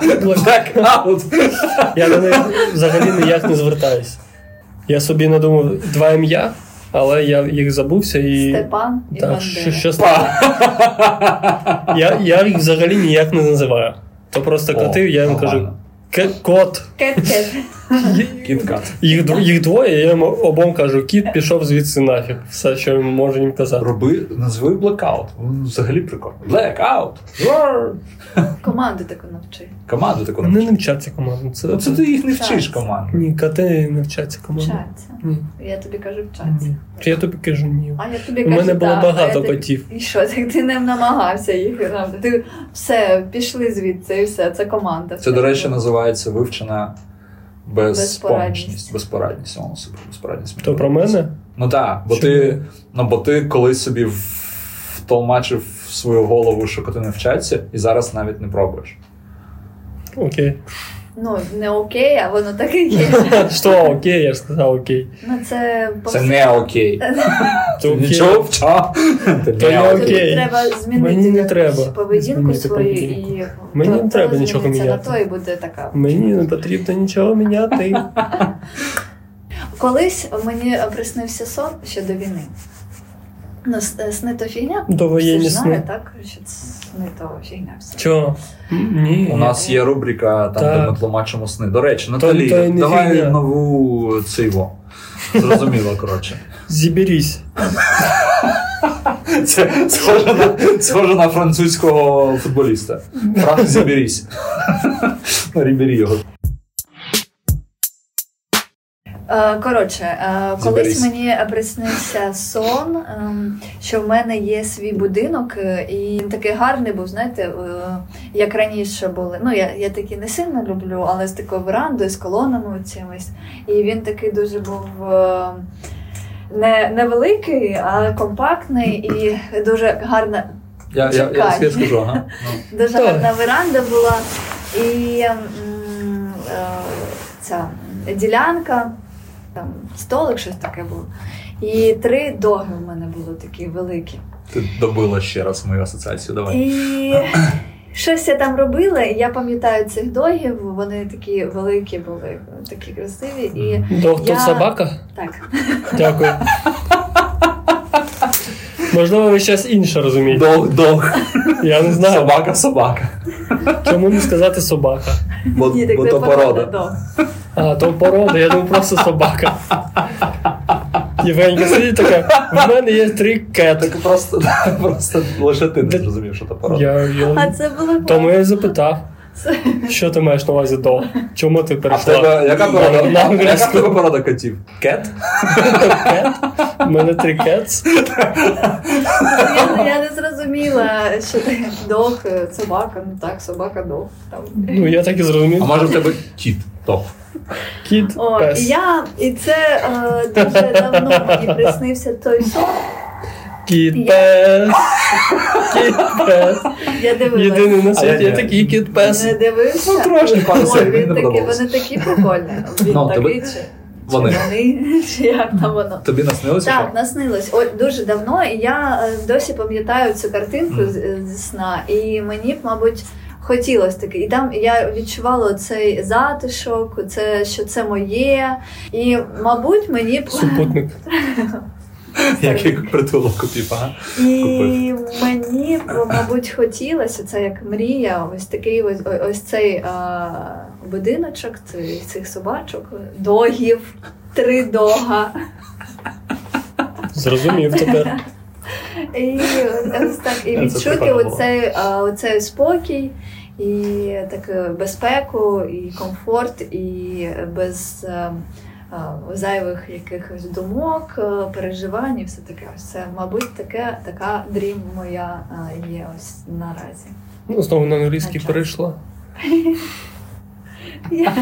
Speaker 1: Black Out!
Speaker 2: я до них взагалі ніяк не звертаюся. Я собі надумав два ім'я, але я їх забувся і.
Speaker 3: Степан і
Speaker 2: Так,
Speaker 3: Бандера.
Speaker 2: що, що стало? я, я їх взагалі ніяк не називаю. То просто котів, я їм кажу: «Ке- кот.
Speaker 3: Кет-кет.
Speaker 1: Кіткат.
Speaker 2: Їх, дво- їх двоє, я їм обом кажу, кіт пішов звідси нафіг. Все, що я можу їм казати.
Speaker 1: Роби, назви Blackout. Він Взагалі прикольно. Blackout! Roar!
Speaker 3: Команду таку навчи.
Speaker 1: Команду таку
Speaker 2: Вони не
Speaker 1: навчи.
Speaker 2: вчаться команду.
Speaker 1: Ну,
Speaker 2: Це,
Speaker 1: Це ти їх не вчиш команду.
Speaker 2: Ні, коти не вчаться команду.
Speaker 3: Вчаться.
Speaker 2: Ні.
Speaker 3: Я тобі кажу вчаться.
Speaker 2: Ні. Чи я тобі кажу ні?
Speaker 3: А я тобі
Speaker 2: У
Speaker 3: кажу,
Speaker 2: мене було
Speaker 3: «Так», а
Speaker 2: багато
Speaker 3: я тобі-
Speaker 2: котів.
Speaker 3: І що, так ти не намагався їх грати. Ти все, пішли звідси, і все, це команда.
Speaker 1: Це, до речі, називається вивчена
Speaker 3: Безпорадність.
Speaker 1: безпомічність, безпорадність. О, супер, безпорадність.
Speaker 2: То про мене?
Speaker 1: Ну так, бо
Speaker 2: Чому?
Speaker 1: ти, ну, бо ти колись собі в- втолмачив в свою голову, що коти не вчаться, і зараз навіть не пробуєш.
Speaker 2: Окей.
Speaker 3: Ну, не окей, а воно так і є.
Speaker 2: Що окей, я ж сказав окей.
Speaker 3: Ну, це...
Speaker 1: Це не окей. Ти
Speaker 2: То окей.
Speaker 1: нічого вчав. Ти
Speaker 2: Та
Speaker 1: не
Speaker 2: я
Speaker 1: окей.
Speaker 2: окей.
Speaker 3: Треба змінити
Speaker 2: Мені не
Speaker 3: якусь
Speaker 2: треба
Speaker 3: поведінку
Speaker 2: змінити
Speaker 3: свою
Speaker 2: поведінку.
Speaker 3: і
Speaker 2: Мені не
Speaker 3: то-
Speaker 2: треба
Speaker 3: то
Speaker 2: нічого
Speaker 3: зміниться
Speaker 2: міняти.
Speaker 3: На то і буде така
Speaker 2: Мені не потрібно нічого міняти.
Speaker 3: Колись мені приснився сон ще до війни. Ну, с- е, сни то фігня.
Speaker 2: Довоєнні
Speaker 3: Всі ж знають,
Speaker 2: сни.
Speaker 3: так? Що це сни то фігня. Все.
Speaker 2: Чого? Ні.
Speaker 1: У нас є рубрика, там,
Speaker 2: Так.
Speaker 1: де ми тлумачимо сни. До речі,
Speaker 2: то й
Speaker 1: Наталі,
Speaker 2: не
Speaker 1: давай
Speaker 2: фігня.
Speaker 1: нову циво. Зрозуміло, коротше.
Speaker 2: Зіберісь.
Speaker 1: Це схоже на, схоже на французького футболіста. Франц Зіберісь. Рібері його.
Speaker 3: Е, Коротше, е, колись
Speaker 1: Заберись.
Speaker 3: мені приснився сон, ем, що в мене є свій будинок, е, і він такий гарний був, знаєте, е, як раніше були. Ну, я, я такі не сильно люблю, але з такою верандою, з колонами цимось. І він такий дуже був. е, Не, не великий, а компактний і дуже гарна
Speaker 1: Я, я, я,
Speaker 3: Чекай.
Speaker 1: я скажу, ага. Ну.
Speaker 3: Дуже
Speaker 2: Так.
Speaker 3: гарна веранда була і м, е, ця ділянка, там столик, щось таке було. І три доги в мене були такі великі.
Speaker 1: Ти добила ще раз мою асоціацію. Давай.
Speaker 3: І щось я там робила, і я пам'ятаю цих догів, вони такі великі були, такі красиві. І
Speaker 2: Доктор
Speaker 3: Я-
Speaker 2: собака?
Speaker 3: так,
Speaker 2: Дякую. Можливо, ви щось інше розумієте.
Speaker 1: Дог, дог.
Speaker 2: Я не знаю.
Speaker 1: Собака, собака.
Speaker 2: Чому не сказати собака?
Speaker 1: Бо,
Speaker 3: ні, так
Speaker 1: бо
Speaker 3: це
Speaker 1: то порода.
Speaker 3: дог.
Speaker 2: А, то порода, я думав, просто собака. Євгенька сидить така, в мене є три кет.
Speaker 1: Так просто, просто лише ти не
Speaker 2: Та-
Speaker 1: зрозумів, що то порода.
Speaker 2: Я,
Speaker 3: А
Speaker 2: я...
Speaker 3: це було
Speaker 2: Тому я і запитав,
Speaker 3: Це-
Speaker 2: що ти маєш на увазі до? Чому ти
Speaker 1: А в
Speaker 2: перейшла?
Speaker 1: тебе яка порода?
Speaker 2: На- на
Speaker 1: Яка в
Speaker 2: англійську.
Speaker 1: тебе порода котів? Кет?
Speaker 2: Кет? У мене три кетс.
Speaker 3: я, я не зрозуміла, що ти дог, е, собака, ну так, собака дог. Там.
Speaker 2: Ну я так і зрозумів.
Speaker 1: А може в тебе кіт? Тох.
Speaker 2: Кіт,
Speaker 3: О, і
Speaker 2: пес,
Speaker 3: я і це е, дуже давно мені приснився той сон.
Speaker 2: кіт,
Speaker 3: я-
Speaker 2: пес, кіт, пес.
Speaker 3: Я дивилася.
Speaker 2: Єдиний на
Speaker 1: А я
Speaker 2: світі є
Speaker 1: ні.
Speaker 2: такий кіт, пес.
Speaker 3: Не дивився.
Speaker 1: Ну, трошки, пан
Speaker 3: Ой,
Speaker 1: Сергій,
Speaker 3: він
Speaker 1: не
Speaker 3: такі,
Speaker 1: подобалось.
Speaker 3: вони такі прикольні. Він
Speaker 1: Ну,
Speaker 3: такий,
Speaker 1: тебе-
Speaker 3: чи,
Speaker 1: Вони.
Speaker 3: чи вони, чи як там воно.
Speaker 1: Тобі наснилося?
Speaker 3: Так, наснилось Ой, дуже давно, і я е, досі пам'ятаю цю картинку
Speaker 1: Мгм.
Speaker 3: з, е, зі сна, і мені б, мабуть, хотілося таке. І там я відчувала цей затишок, це, що це моє. І, мабуть, мені б
Speaker 2: Супутник.
Speaker 1: Який притулок купів, ага.
Speaker 3: І мені, бо, мабуть, хотілося, це як мрія, ось такий ось, о- ось цей а, будиночок цих, цих собачок, догів, три дога.
Speaker 2: Зрозумів тепер.
Speaker 3: І ось так і
Speaker 1: Це
Speaker 3: відчути
Speaker 1: прикольно було.
Speaker 3: оцей, а, оцей спокій, і так е, безпеку, і комфорт, і без е, е, зайвих якихось думок, е, переживань і все таке. Ось це, мабуть, таке така дрім моя е, є ось наразі.
Speaker 2: Ну, знову на англійський
Speaker 3: Начало.
Speaker 2: перейшла.
Speaker 3: Я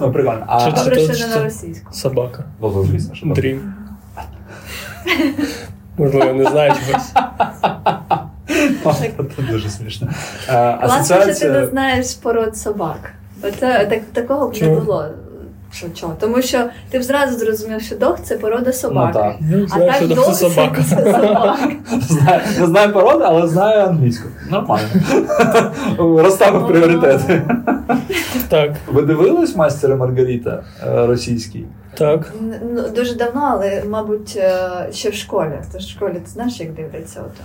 Speaker 1: Ну, прикольно.
Speaker 2: Чи-
Speaker 1: А
Speaker 2: чи-
Speaker 3: добре,
Speaker 2: то-
Speaker 3: що не
Speaker 2: це-
Speaker 3: на російську.
Speaker 2: Собака.
Speaker 1: було звісно, що добре.
Speaker 2: Дрім. Можливо, не знаю чогось.
Speaker 1: Це дуже смішно. Е, Асоціація...
Speaker 3: Класно, що ти не знаєш пород собак. Оце так такого б не
Speaker 2: Чого?
Speaker 3: було. Що, чого? Тому що ти б зразу зрозумів, що дог це порода собаки.
Speaker 1: Ну, так.
Speaker 2: Я
Speaker 3: А
Speaker 2: знаю,
Speaker 3: так
Speaker 2: що
Speaker 3: дог
Speaker 2: це собака.
Speaker 3: Це собака.
Speaker 1: Знаю- не знаю породи, але знаю англійську. Нормально. Розставив пріоритети.
Speaker 2: Так,
Speaker 1: Ви дивились мастера Маргарита е, російський?
Speaker 2: так.
Speaker 3: Н- ну, Дуже давно, але, мабуть, е, ще в школі. Тож в школі ти знаєш, як дивляться ото?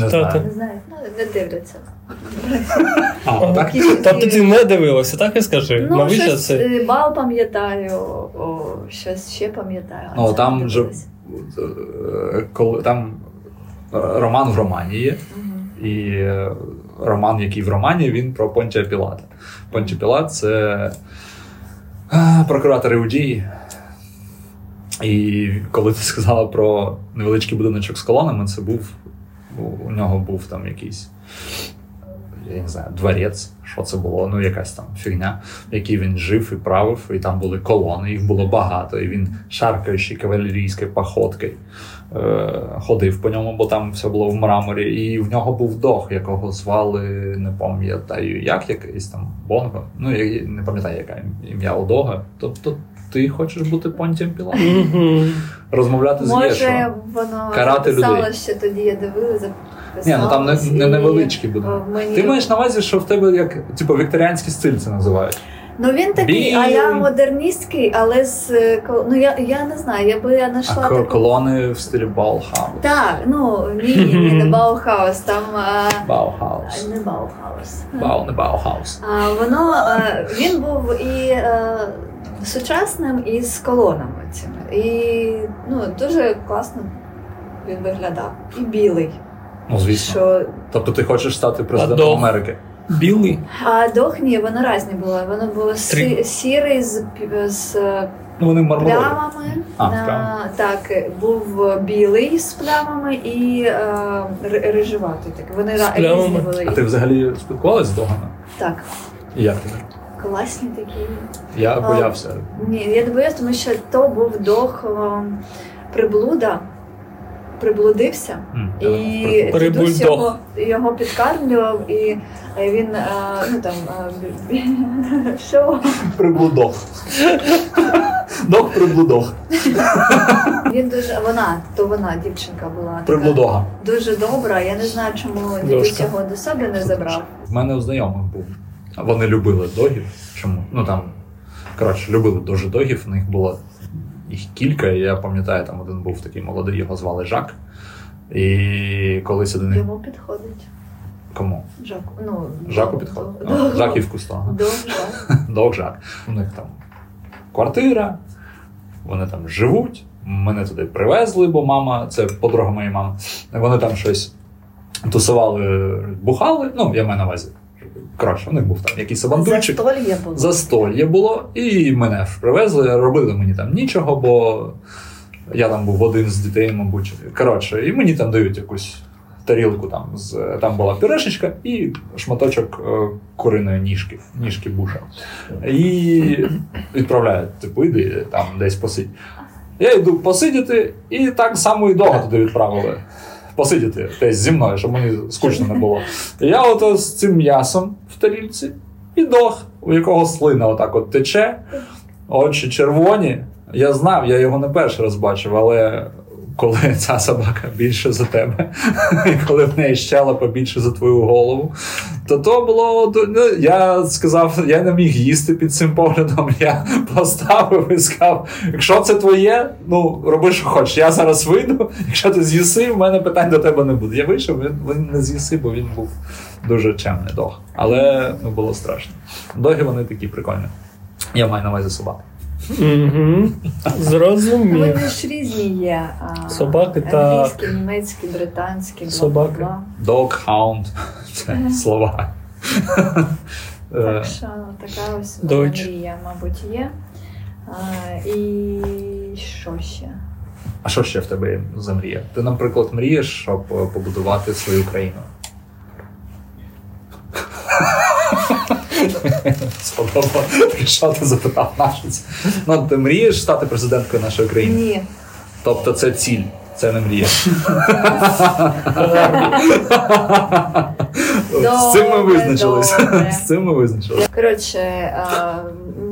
Speaker 1: Не знаю.
Speaker 2: Читати.
Speaker 3: Не знаю, ну, не дивляться.
Speaker 1: А, так?
Speaker 3: Якісь такі-
Speaker 2: Тобто ти не дивилася, так і скажи.
Speaker 3: Ну,
Speaker 2: Навіщо
Speaker 3: щось
Speaker 2: це?
Speaker 3: е, бал пам'ятаю, о, щось ще пам'ятаю. а
Speaker 1: Ну,
Speaker 3: це
Speaker 1: там
Speaker 3: не
Speaker 1: вже-
Speaker 3: дивилась.
Speaker 1: Е, Коли там е, роман в романі є.
Speaker 3: Мгм.
Speaker 1: І е, роман, який в романі, він про Понтія Пілата. Понтія Пілат це а, прокуратор Іудії. І коли ти сказала про невеличкий будиночок з колонами, це був. У нього був там якийсь. Я не знаю, дворець, що це було, ну якась там фігня, в якій він жив і правив, і там були колони, їх було багато, і він шаркаючи кавалерійською походкою е, ходив по ньому, бо там все було в мраморі. І в нього був дох, якого звали, не пам'ятаю, як якийсь там Бонго. Ну, я я не пам'ятаю, яке ім'я у дога. Тобто ти хочеш бути понтієм пілатом?
Speaker 2: Мгм.
Speaker 1: Розмовляти з
Speaker 3: Може,
Speaker 1: Єшуа.
Speaker 3: воно
Speaker 1: Карати
Speaker 3: записало,
Speaker 1: людей.
Speaker 3: що тоді я дивилася.
Speaker 1: Ні, ну там не,
Speaker 3: записалось,
Speaker 1: не
Speaker 3: і,
Speaker 1: невеличкий
Speaker 3: е,
Speaker 1: буде.
Speaker 3: мені-
Speaker 1: Ти маєш на увазі, що в тебе як типу вікторіанський стиль це називають.
Speaker 3: Ну він такий, а я модерністський, але з е, кол- ну я, я не знаю, я би я знайшла
Speaker 1: А ко-
Speaker 3: таку.
Speaker 1: колони в стилі Баухаус.
Speaker 3: Так, ну ні, ні, не Баухаус, там е,
Speaker 1: Баухаус.
Speaker 3: не Баухаус.
Speaker 1: Бау, не Баухаус.
Speaker 3: А воно е, він був і е, сучасним, і з колонами цими. І ну дуже класно він виглядав. І білий.
Speaker 1: Ну, звісно.
Speaker 3: Що
Speaker 1: Тобто ти хочеш стати президентом
Speaker 2: дох?
Speaker 1: Америки.
Speaker 2: Білий.
Speaker 3: а дохні воно різні було. Воно було сі,
Speaker 2: Три.
Speaker 3: сірий з, пі- з е,
Speaker 1: Ну вони мармурові.
Speaker 3: плямами.
Speaker 1: А,
Speaker 3: на-
Speaker 1: плямами.
Speaker 3: так, був білий з плямами і е, ри- рижеватий. Так вони
Speaker 2: З
Speaker 3: ра-
Speaker 2: плямами?
Speaker 3: різні були.
Speaker 1: А ти взагалі спілкувалась з Доганом?
Speaker 3: Так,
Speaker 1: І як тобі?
Speaker 3: класні такі.
Speaker 1: Я
Speaker 3: А.
Speaker 1: боявся.
Speaker 3: Ні, я не боюсь, тому що то був дох е, приблуда, приблудився.
Speaker 1: М, я не
Speaker 3: І
Speaker 1: прикол.
Speaker 2: Е, Прибуль
Speaker 3: дідусь
Speaker 2: дох.
Speaker 3: його, його підкармлював, і е, він е, ну там е, бі- бі- що
Speaker 1: приблудок. Док приблудок.
Speaker 3: він дуже вона, то вона дівчинка була така,
Speaker 1: Приблудога.
Speaker 3: дуже добра. Я не знаю, чому дідусь
Speaker 2: Дошка.
Speaker 3: його до себе не забрав.
Speaker 1: В мене у знайомих був. Вони любили догів. Чому? Ну там, коротше, любили дуже догів, в них було їх кілька. і Я пам'ятаю, там один був такий молодий, його звали Жак. І колись один їх-
Speaker 3: Йому підходить.
Speaker 1: кому?
Speaker 3: Жаку. Ну,
Speaker 1: Жаку
Speaker 3: до-
Speaker 1: підходив.
Speaker 3: до-
Speaker 1: А,
Speaker 3: до-
Speaker 1: Жак і в кустах.
Speaker 3: до Жаку.
Speaker 1: Довжак. У них там квартира, вони там живуть. Мене туди привезли, бо мама, це подруга моєї мами. Вони там щось тусували, бухали. Ну, я маю на увазі. Коротше, у них був там якийсь сабантуйчик.
Speaker 3: Застолье було.
Speaker 1: Застолье було, і мене ж привезли, робили мені там нічого, бо я там був один з дітей, мабуть. Коротше, і мені там дають якусь тарілку, там, з, там була пюрешечка і шматочок е, куриної ніжки, ніжки буша. І відправляють, типу, іди там десь посидь. Я йду посидіти, і так само і довго туди відправили. Посидіти десь зі мною, щоб мені скучно не було. Я ото з цим м'ясом в тарілці і дох, у якого слина отак от тече, очі червоні. Я знав, я його не перший раз бачив, але коли ця собака більше за тебе, і коли в неї щелепа більше за твою голову. То то було. ну, Я сказав, я не міг їсти під цим поглядом. Я поставив і сказав: якщо це твоє, ну роби, що хочеш. Я зараз вийду. Якщо ти з'їси, в мене питань до тебе не буде. Я вийшов, він, він не з'їси, бо він був дуже чемний дог. Але ну було страшно. Доги вони такі прикольні. Я маю на увазі собак.
Speaker 2: Угу. Зрозумів.
Speaker 3: Вони ж різні є. А,
Speaker 2: Собаки та-
Speaker 3: англійські, німецькі, британські,
Speaker 2: Собаки.
Speaker 3: бла-бла-бла.
Speaker 1: Dog hound — це слова. Е,
Speaker 3: Так що така ось
Speaker 2: Deutsch.
Speaker 3: мрія, мабуть, є. А, і що ще?
Speaker 1: А що ще в тебе є за мрія? Ти, наприклад, мрієш, щоб е, побудувати свою країну. Сподобало, що ти запитав нашу. Ну, ти мрієш стати президенткою нашої країни.
Speaker 3: Ні.
Speaker 1: Тобто це ціль, це не мрія. З цим ми
Speaker 3: Добре,
Speaker 1: визначились.
Speaker 3: добре.
Speaker 1: З цим ми визначились.
Speaker 3: Коротше, а,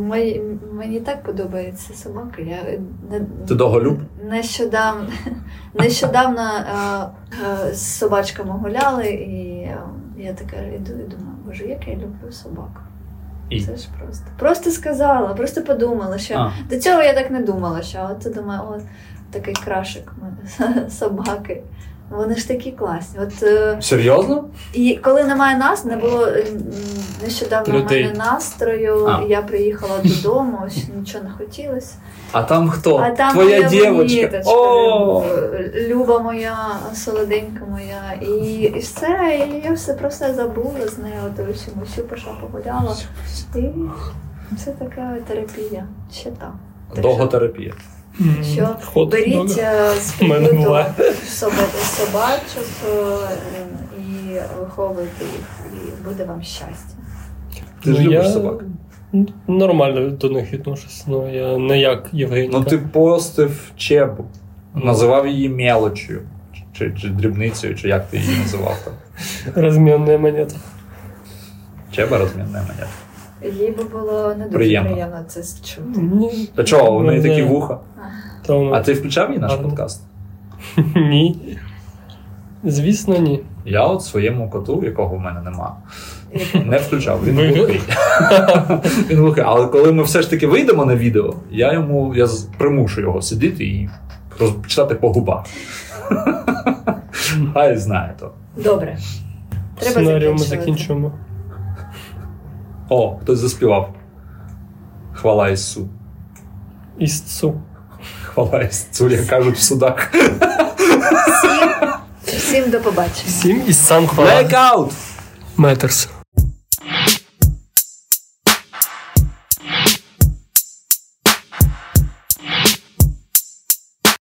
Speaker 3: мої- мені так подобаються собаки. Я не,
Speaker 1: Ти доголюб?
Speaker 3: нещодавно, нещодавно а, а, з собачками гуляли, і а, я така йду і думаю, боже, як я люблю собак.
Speaker 1: І?
Speaker 3: Це ж просто. Просто сказала, просто подумала, що
Speaker 1: А.
Speaker 3: До цього я так не думала, що от це думаю, от такий крашик в мене, собаки. Вони ж такі класні. От е,
Speaker 1: Серйозно?
Speaker 3: і коли немає нас, не було е, м, нещодавно
Speaker 2: Людей.
Speaker 3: в мене настрою.
Speaker 1: А.
Speaker 3: Я приїхала додому, що нічого не хотілося.
Speaker 1: А там хто?
Speaker 3: А там
Speaker 1: Твоя
Speaker 3: моя
Speaker 1: дівчинка.
Speaker 3: Леонідочка,
Speaker 1: О!
Speaker 3: Лю- Люба моя, солоденька моя. І, і все, і я все про все забула з нею, от чомусь пішла погуляла. І це така терапія. Ще там.
Speaker 1: Доготерапія.
Speaker 2: Мгм.
Speaker 3: Що?
Speaker 2: Хот-дог.
Speaker 3: Беріть е, з
Speaker 2: У ну, мене
Speaker 3: прибуту
Speaker 2: буває.
Speaker 3: соба- собачок е, і виховуйте їх, і буде вам щастя.
Speaker 1: Ти ж
Speaker 2: Ну,
Speaker 1: любиш
Speaker 2: я
Speaker 1: собак.
Speaker 2: Нормально до них відношусь. Ну я не як Євгеній.
Speaker 1: Ну, ти постив чебу. Називав її мелочю. Чи, чи дрібницею, чи як ти її називав там.
Speaker 2: Розмінна монета.
Speaker 1: Чеба розмінне мене.
Speaker 3: Їй би було не дуже
Speaker 1: Приємно.
Speaker 3: приємно, це чути.
Speaker 2: Ні.
Speaker 1: Та чого, у неї
Speaker 2: Ну,
Speaker 1: такі
Speaker 2: не.
Speaker 1: вуха.
Speaker 2: Та воно-
Speaker 1: А ти включав її наш
Speaker 2: Гарно.
Speaker 1: подкаст?
Speaker 2: Ні. Звісно, ні.
Speaker 1: Я от своєму коту, якого в мене нема, не включав. Він
Speaker 2: Ви-
Speaker 1: глухий. Він глухий. Але коли ми все ж таки вийдемо на відео, я йому я з- примушу його сидіти і роз- читати по губах. Хай знає то.
Speaker 3: Добре.
Speaker 2: По
Speaker 3: Треба
Speaker 2: сценарію ми
Speaker 3: закінчувати.
Speaker 2: закінчуємо.
Speaker 1: О, хтось заспівав. Хвала Ісу.
Speaker 2: Істцу.
Speaker 1: Хвала Ісу, як кажуть в судах.
Speaker 3: Всім, всім до побачення.
Speaker 2: Всім із сам хвала.
Speaker 1: Blackout!
Speaker 2: Matters.